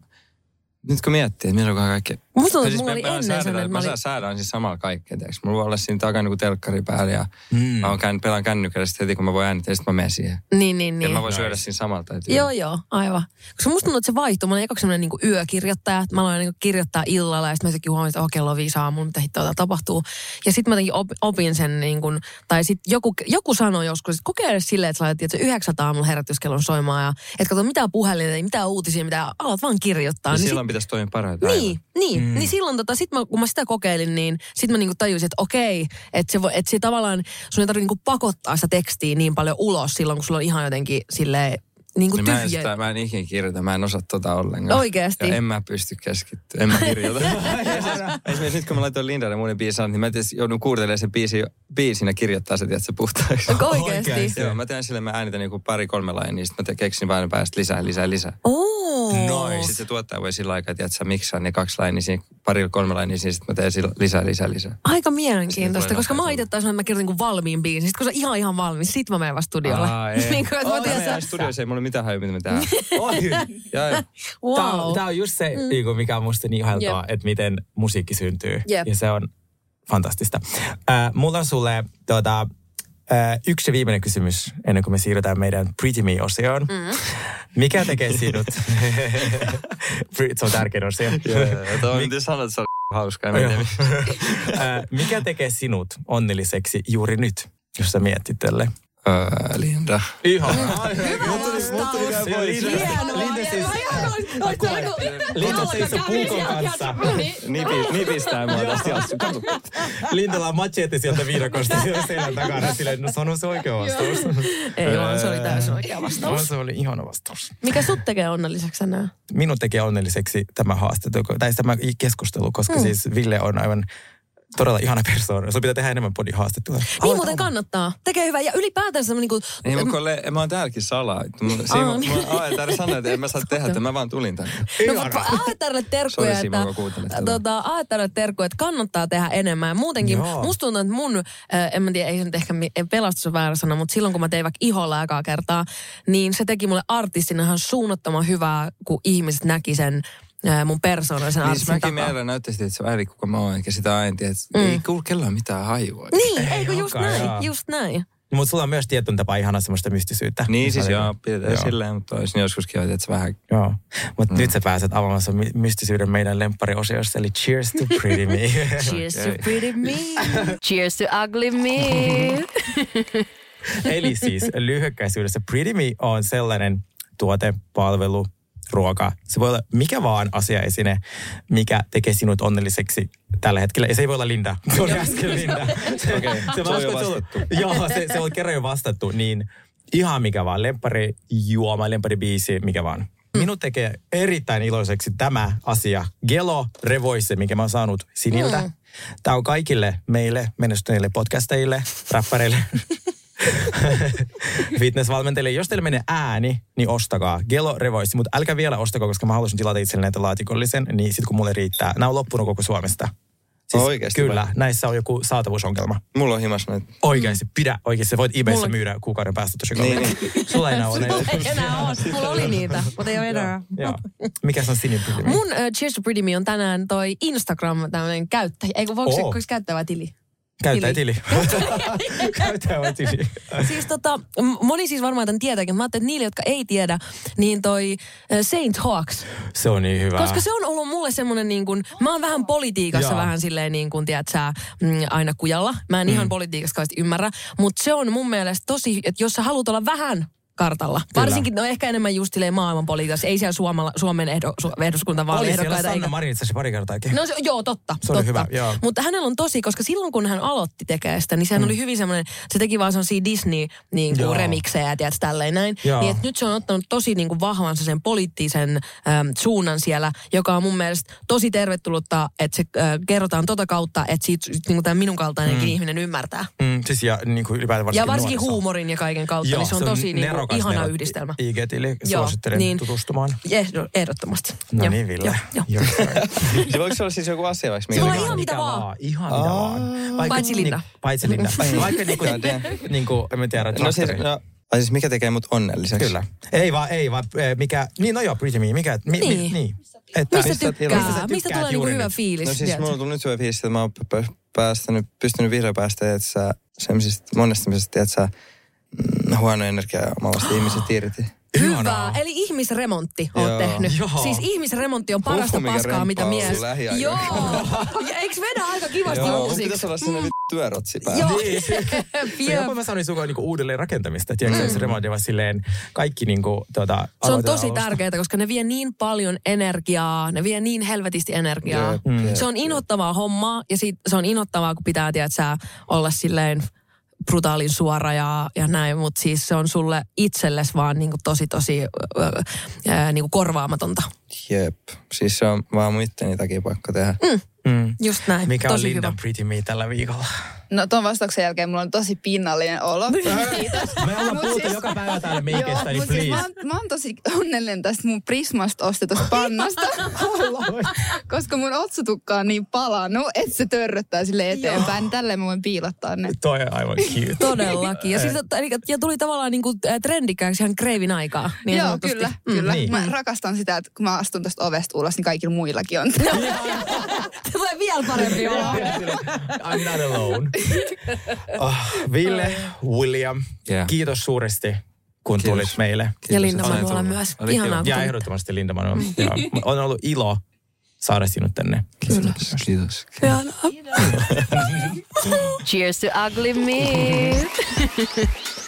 Speaker 3: nyt kun miettii, että milloin kaikki...
Speaker 6: Musta tuntuu,
Speaker 3: Tai siis
Speaker 6: että mulla
Speaker 3: mä-
Speaker 6: oli
Speaker 3: mä
Speaker 6: ennen
Speaker 3: säädän-
Speaker 6: sellainen, että
Speaker 3: Mä
Speaker 6: mä
Speaker 3: saan
Speaker 6: olin-
Speaker 3: säädän siis samalla kaikkea, tiiäks. Mulla voi olla siinä takana joku telkkari päällä ja
Speaker 2: Mm.
Speaker 3: mä oon käyn, pelaan kännykällä sit heti, kun mä voin äänittää, ja sit mä menen siihen.
Speaker 6: Niin, niin,
Speaker 3: Niin.
Speaker 6: niin.
Speaker 3: Mä voin syödä siinä samalla tai
Speaker 6: Joo, joo, aivan. Koska musta tuntuu, että se vaihtuu. Mä olin ekaksi sellainen niinku yökirjoittaja, että mä aloin niinku kirjoittaa illalla ja sitten mä jotenkin huomasin, että oh, kello on viisi aamulla, mitä hittoa täällä tapahtuu. Ja sitten mä jotenkin op- opin sen, niinku, tai sitten joku, joku sanoi joskus, että kokeile silleen, että sä laitat että yhdeksältä aamulla herätyskellon soimaan ja et kato mitään puhelinta, ei mitään uutisia, mitä alat vaan kirjoittaa.
Speaker 3: Ja
Speaker 6: Niin
Speaker 3: silloin pitäisi toimia parhaiten.
Speaker 6: Niin, niin, mm. niin silloin tota, sit mä, kun mä sitä kokeilin, niin sit mä niinku tajusin, että okei, että se, voi- että se tavallaan, sun ei tarvitse niinku pakottaa sitä tekstiä niin paljon ulos silloin, kun sulla on ihan jotenkin silleen niinku
Speaker 3: Niin
Speaker 6: tyhjä.
Speaker 3: mä, en sitä, mä en ikinä kirjoita, mä en osaa tota ollenkaan.
Speaker 6: Oikeesti?
Speaker 3: Ja en mä pysty keskittyä, en mä kirjoita. <laughs> Ja siis, Esimerkiksi nyt kun mä laitoin Lindalle muiden biisin, niin mä tietysti joudun kuuntelemaan sen biisi, biisin ja kirjoittaa se, tiedätkö, puhtaaksi.
Speaker 6: Onko oikeesti?
Speaker 2: Oikeesti.
Speaker 3: Joo, mä teen sille, mä äänitän niinku joku pari-kolme lainia, niin sit mä te- keksin vain päästä lisää, lisää, lisää.
Speaker 6: Oo.
Speaker 3: Nois. Sitten se tuottaja voi sillä aikaa, että sä miksaa ne kaksi lainia, siinä, pari kolme lainia, siinä sit mä teen sillä- lisää, lisää, lisää.
Speaker 6: Aika
Speaker 3: Sitten
Speaker 6: mielenkiintoista,
Speaker 3: Siis voi
Speaker 6: koska mä
Speaker 3: lähteä
Speaker 6: itse taas että mä kirjoitin kuin valmiin biisin. Sitten kun se on ihan ihan valmis, sit mä menen vasta studiolle. <laughs>
Speaker 3: Aa, ei.
Speaker 6: niin kuin, että mä
Speaker 3: Mä menen
Speaker 6: tiedän, sä-
Speaker 3: studioissa, ei mulla ole mitään hajua, mitä me tehdään. <laughs> Joo, joo.
Speaker 2: Tämä, on,
Speaker 6: wow.
Speaker 2: tämä on just se, mm. mikä on musta niin ihailtavaa, yep. että miten musiikki syntyy.
Speaker 6: Jep.
Speaker 2: Ja se on fantastista. Äh, mulla on sulle tota, äh, yksi viimeinen kysymys, ennen kuin me siirrytään meidän Pretty Me-osioon. Mm. Mikä tekee sinut? <laughs> Pre- se on tärkein osio.
Speaker 3: Joo, joo, joo. Tuo, miten sanot, se <laughs> on hauska. En mä
Speaker 2: Joo.
Speaker 3: tiedä.
Speaker 2: Äh, mikä tekee sinut onnelliseksi juuri nyt, jos sä mietit tälle?
Speaker 3: Öö, Linda.
Speaker 2: Ihan. siis- Linda seisoo puukon kanssa.
Speaker 3: Nipi, nipistää mua tästä jalasta. Kato.
Speaker 2: Lindalla on machete sieltä viidakosta <laughs> siellä selän takana. Silleen, no sano se oikea vastaus.
Speaker 6: Ei vaan, se oli täysin oikea vastaus.
Speaker 2: No, se oli ihana vastaus.
Speaker 6: Mikä sut tekee onnelliseksi enää?
Speaker 2: Minun teki onnelliseksi tämä haastattelu, tai tämä keskustelu, koska mm. siis Ville on aivan todella ihana persoona. Se pitää tehdä enemmän podihaastattelua.
Speaker 6: Niin muuten kannattaa. Tekee hyvää. Ja ylipäätään semmoinen niin kuin...
Speaker 3: Ei, mutta le- mä oon täälläkin salaa. Mun- Siinä
Speaker 6: Aa,
Speaker 3: mun-
Speaker 6: niin.
Speaker 3: mun AETR sanoi, että en mä saa tehdä, että mä vaan tulin tänne. Niin
Speaker 6: No, mutta Aatarille terkkuja,
Speaker 3: Sori, Simo,
Speaker 6: että,
Speaker 3: kun kuuntelet tätä.
Speaker 6: tota, Aatarille terkkuja, että kannattaa tehdä enemmän. Ja muutenkin,
Speaker 2: Joo.
Speaker 6: musta tuntuu, että mun, äh, en mä tiedä, ei se nyt ehkä mi- ei pelastus on väärä sana, mutta silloin kun mä tein vaikka iholla ekaa kertaa, niin se teki mulle artistina ihan suunnattoman hyvää, kun ihmiset näki sen äh, mun persoonan sen
Speaker 3: Niin, siis
Speaker 6: artistin
Speaker 3: mäkin
Speaker 6: takaa. Mm.
Speaker 3: mielellä näyttäisi, että se on ääri, kuka mä oon, enkä sitä aina tiedä. että Ei kuulu kellään mitään hajua.
Speaker 6: Niin, eikö just
Speaker 2: olekaan,
Speaker 6: näin,
Speaker 2: joo.
Speaker 6: just näin.
Speaker 2: Mutta sulla on myös tietyn tapa ihana semmoista mystisyyttä.
Speaker 3: Niin siis
Speaker 2: Mitä-
Speaker 3: joo, pidetään silleen, mutta olisin joskuskin kiva, että se vähän...
Speaker 2: Joo, mutta mm. nyt sä pääset avaamaan sun my- mystisyyden meidän lempariosiossa, eli Cheers to Pretty Me.
Speaker 6: Cheers to pretty me. Cheers to ugly
Speaker 5: <laughs>
Speaker 6: me.
Speaker 2: eli siis lyhykäisyydessä Pretty Me on sellainen tuote, palvelu, ruoka. Se voi olla mikä vaan asiaesine, mikä tekee sinut onnelliseksi tällä hetkellä. Ja se ei voi olla Linda. Se oli äsken
Speaker 3: <laughs>
Speaker 2: Linda. Se, okay.
Speaker 3: se on jo vastattu.
Speaker 2: Joo, se, se on kerran jo vastattu. Niin ihan mikä vaan. Lempari juoma, lempari biisi, mikä
Speaker 3: Hmm.
Speaker 2: vaan. Minut tekee erittäin iloiseksi tämä asia. Gelo Revoice, mikä mä oon saanut siniltä.
Speaker 3: Hmm.
Speaker 2: Mm. Tämä on kaikille meille, menestyneille podcastajille, rappareille, <laughs> fitnessvalmentajille. Jos teillä menee ääni, niin ostakaa. Gelo Revoice, mutta älkää vielä ostako, koska mä haluaisin tilata itselleni näitä laatikollisen, niin sitten kun mulle riittää. Nämä on loppunut koko Suomesta. Siis
Speaker 3: Oikeesti
Speaker 2: Kyllä,
Speaker 3: vai?
Speaker 2: näissä on joku saatavuusongelma.
Speaker 3: Mulla on himas noita.
Speaker 2: Oikeasti, pidä oikeasti. Sä voit eBayssä
Speaker 6: Mulla-
Speaker 2: myydä kuukauden päästä tosi niin,
Speaker 3: Mm. Niin,
Speaker 2: niin. Sulla ei enää
Speaker 6: <laughs>
Speaker 2: ole
Speaker 6: Mulla
Speaker 2: näitä.
Speaker 6: <laughs> ei enää ole. Mulla oli niitä, mutta ei ole enää.
Speaker 2: Joo. Mikä se on sinipilvi?
Speaker 6: Mun uh, Cheers to Pretty Me on tänään toi Instagram tämmöinen käyttäjä. Eikö voiko se
Speaker 2: Oo.
Speaker 6: voiko se käyttävä tili?
Speaker 2: Käytä tili.
Speaker 6: <laughs>
Speaker 2: Käytä vaan tili.
Speaker 6: Siis tota, m- moni siis varmaan tämän tietääkin. Mä ajattelin, että niille, jotka ei tiedä, niin toi ö, Saint Hawks.
Speaker 2: Se on niin hyvä.
Speaker 6: Koska se on ollut mulle semmoinen niin kuin, mä oon vähän politiikassa
Speaker 2: Jaa.
Speaker 6: vähän silleen niin kuin, tiedät sä, mm, aina kujalla. Mä en
Speaker 2: Mm.
Speaker 6: ihan politiikasta kauheasti ymmärrä, mutta se on mun mielestä tosi, että jos sä haluat olla vähän kartalla.
Speaker 2: Kyllä.
Speaker 6: Varsinkin, no ehkä enemmän just silleen maailmanpolitiikassa. Ei siellä Suomala, Suomen ehdo, su, ehdoskunta vaan
Speaker 2: Oli siellä
Speaker 6: ehdokkaita.
Speaker 2: Sanna
Speaker 6: eikä-
Speaker 2: Marin itse asiassa pari kertaakin.
Speaker 6: No se, joo, totta.
Speaker 2: Se oli
Speaker 6: totta.
Speaker 2: hyvä, joo. Mm.
Speaker 6: Mutta hänellä on tosi, koska silloin kun hän aloitti tekemään sitä, niin sehän oli hyvin semmoinen, se teki vaan sellaisia Disney niin
Speaker 2: Joo.
Speaker 6: kuin remiksejä ja tiedät, tälleen näin.
Speaker 2: Joo.
Speaker 6: Niin, et nyt se on ottanut tosi niin kuin vahvansa sen poliittisen äm, suunnan siellä, joka on mun mielestä tosi tervetullutta, että se äh, kerrotaan tota kautta, että siitä niin kuin tämä minun kaltainenkin ihminen ymmärtää.
Speaker 2: Mm, siis ja niin kuin ylipäätään varsinkin
Speaker 6: ja varsinkin
Speaker 2: nuoriso.
Speaker 6: huumorin ja kaiken kautta, niin se on tosi niin kuin,
Speaker 2: nerokas
Speaker 6: ihana
Speaker 2: meillä
Speaker 6: yhdistelmä.
Speaker 2: IG-tili,
Speaker 6: Joo,
Speaker 2: suosittelen
Speaker 6: niin.
Speaker 2: tutustumaan.
Speaker 6: Ehdo, ehdottomasti.
Speaker 2: No
Speaker 6: Joo,
Speaker 2: niin, Ville.
Speaker 6: Joo, joo.
Speaker 2: Joo.
Speaker 6: <laughs>
Speaker 3: Se voiko se olla siis joku asia vaikka?
Speaker 6: Se
Speaker 3: mikä-
Speaker 6: voi ihan mitä vaan.
Speaker 2: Ihan mitä vaan. Vaikka,
Speaker 6: Paitsi Linna.
Speaker 2: Niin, paitsi
Speaker 6: <laughs>
Speaker 2: Linna. Vaikka niinku,
Speaker 3: Goddamn.
Speaker 2: niinku, en mä tiedä,
Speaker 3: No siis,
Speaker 2: traktori.
Speaker 3: no, ai siis mikä tekee mut onnelliseksi?
Speaker 2: Kyllä. Ei vaan, ei vaan, eh, mikä, niin no joo, Pretty Me, mikä, mi, mi,
Speaker 6: Niin.
Speaker 2: niin. Että,
Speaker 6: Mistä
Speaker 3: Mistä
Speaker 6: tykkää?
Speaker 3: tilaa?
Speaker 6: Mistä,
Speaker 3: Mistä
Speaker 2: sä
Speaker 6: mistä
Speaker 2: tykkäät
Speaker 6: tulee niinku
Speaker 2: juuri
Speaker 6: hyvä
Speaker 2: nyt?
Speaker 6: fiilis?
Speaker 3: No siis
Speaker 6: tiedätkö?
Speaker 3: mulla on tullut nyt hyvä fiilis, että mä oon p- p- päästänyt, pystynyt vihdoin päästä, että sä semmoisista monestamisesta, että sä mm, huono energia omavasta ihmiset irti.
Speaker 6: Hyvä.
Speaker 2: Ihanaa.
Speaker 6: Eli ihmisremontti oot
Speaker 3: Joo.
Speaker 6: tehnyt.
Speaker 2: Joo.
Speaker 6: Siis ihmisremontti on parasta
Speaker 3: Huhhuh, mikä
Speaker 6: paskaa, mitä
Speaker 3: remppaa
Speaker 6: mies.
Speaker 3: sun lähiaikoina.
Speaker 6: Joo.
Speaker 2: <laughs>
Speaker 6: Ja eikö vedä aika kivasti
Speaker 3: Joo, mun
Speaker 6: uusiksi?
Speaker 3: pitäisi olla sellainen vittu työrotsi päällä.
Speaker 2: <laughs>
Speaker 6: Joo. <laughs>
Speaker 2: Niin. Se
Speaker 6: Jep.
Speaker 2: jopa mä sanoin sukaan niinku uudelleen rakentamista, tiedätkö, mm. se remontti vaan silleen kaikki niinku, tota,
Speaker 6: Se on
Speaker 2: aloitetaan
Speaker 6: tosi
Speaker 2: alusta.
Speaker 6: tärkeää, koska ne vie niin paljon energiaa, ne vie niin helvetisti energiaa.
Speaker 3: Jep, Mm. jep,
Speaker 6: Se on inhottavaa hommaa ja sit, se on inhottavaa, kun pitää tiedät, sä, olla silleen brutaalin suora ja, ja näin, mutta siis se on sulle itselles vaan niinku tosi tosi ö, ö, ö, niinku korvaamatonta.
Speaker 3: Jep. Siis se on vaan mun itteni takia pakko tehdä.
Speaker 2: Mm.
Speaker 6: Just näin,
Speaker 2: Mikä on
Speaker 6: tosi
Speaker 2: Lindan
Speaker 6: hyvä.
Speaker 2: Pretty Me tällä
Speaker 6: <laughs>
Speaker 2: viikolla?
Speaker 7: No ton vastauksen jälkeen mulla on tosi pinnallinen olo.
Speaker 2: Niin.
Speaker 7: Kiitos.
Speaker 2: Me ollaan
Speaker 7: Mut
Speaker 2: puhuttu
Speaker 7: siis-
Speaker 2: joka päivä täällä
Speaker 7: Joo,
Speaker 2: meikestä, niin
Speaker 7: mut siis mä,
Speaker 2: please.
Speaker 7: oon- mä oon tosi onnellinen tästä mun Prismasta ostetusta
Speaker 6: <laughs>
Speaker 7: pannasta,
Speaker 2: <laughs>
Speaker 7: koska mun otsatukka on niin palannut, että se törröttää sille eteenpäin. Niin Tälleen mä voin piilottaa ne.
Speaker 2: Toi on aivan cute.
Speaker 6: Todellakin. Ja, siis, että- eli, ja tuli tavallaan niin kuin trendikkääksi ihan kreivin aikaa. Niin
Speaker 7: Joo,
Speaker 6: sanotusti.
Speaker 7: kyllä, kyllä.
Speaker 2: niin.
Speaker 7: Mä rakastan sitä, että kun mä astun tästä ovesta ulos, niin kaikilla
Speaker 6: <laughs>
Speaker 7: muillakin on.
Speaker 6: <laughs> Tulee vielä parempi olo.
Speaker 2: Eh, I'm not
Speaker 6: <laughs>
Speaker 2: alone. Ah, Ville, William,
Speaker 3: Yeah.
Speaker 2: kiitos suuresti, kun
Speaker 3: Kiitos.
Speaker 2: tulit meille.
Speaker 6: Ja
Speaker 3: Kiitos,
Speaker 6: Linda
Speaker 3: että sait
Speaker 6: Manuola
Speaker 3: tulla.
Speaker 6: myös.
Speaker 3: Oli kiva.
Speaker 6: Ihanaa, kun
Speaker 2: Ja
Speaker 6: tulit.
Speaker 2: ehdottomasti Linda Manuel.
Speaker 6: <laughs>
Speaker 2: Joo. On ollut ilo saada sinut tänne.
Speaker 3: Kiitos. Kiitos.
Speaker 5: Cheers to ugly me.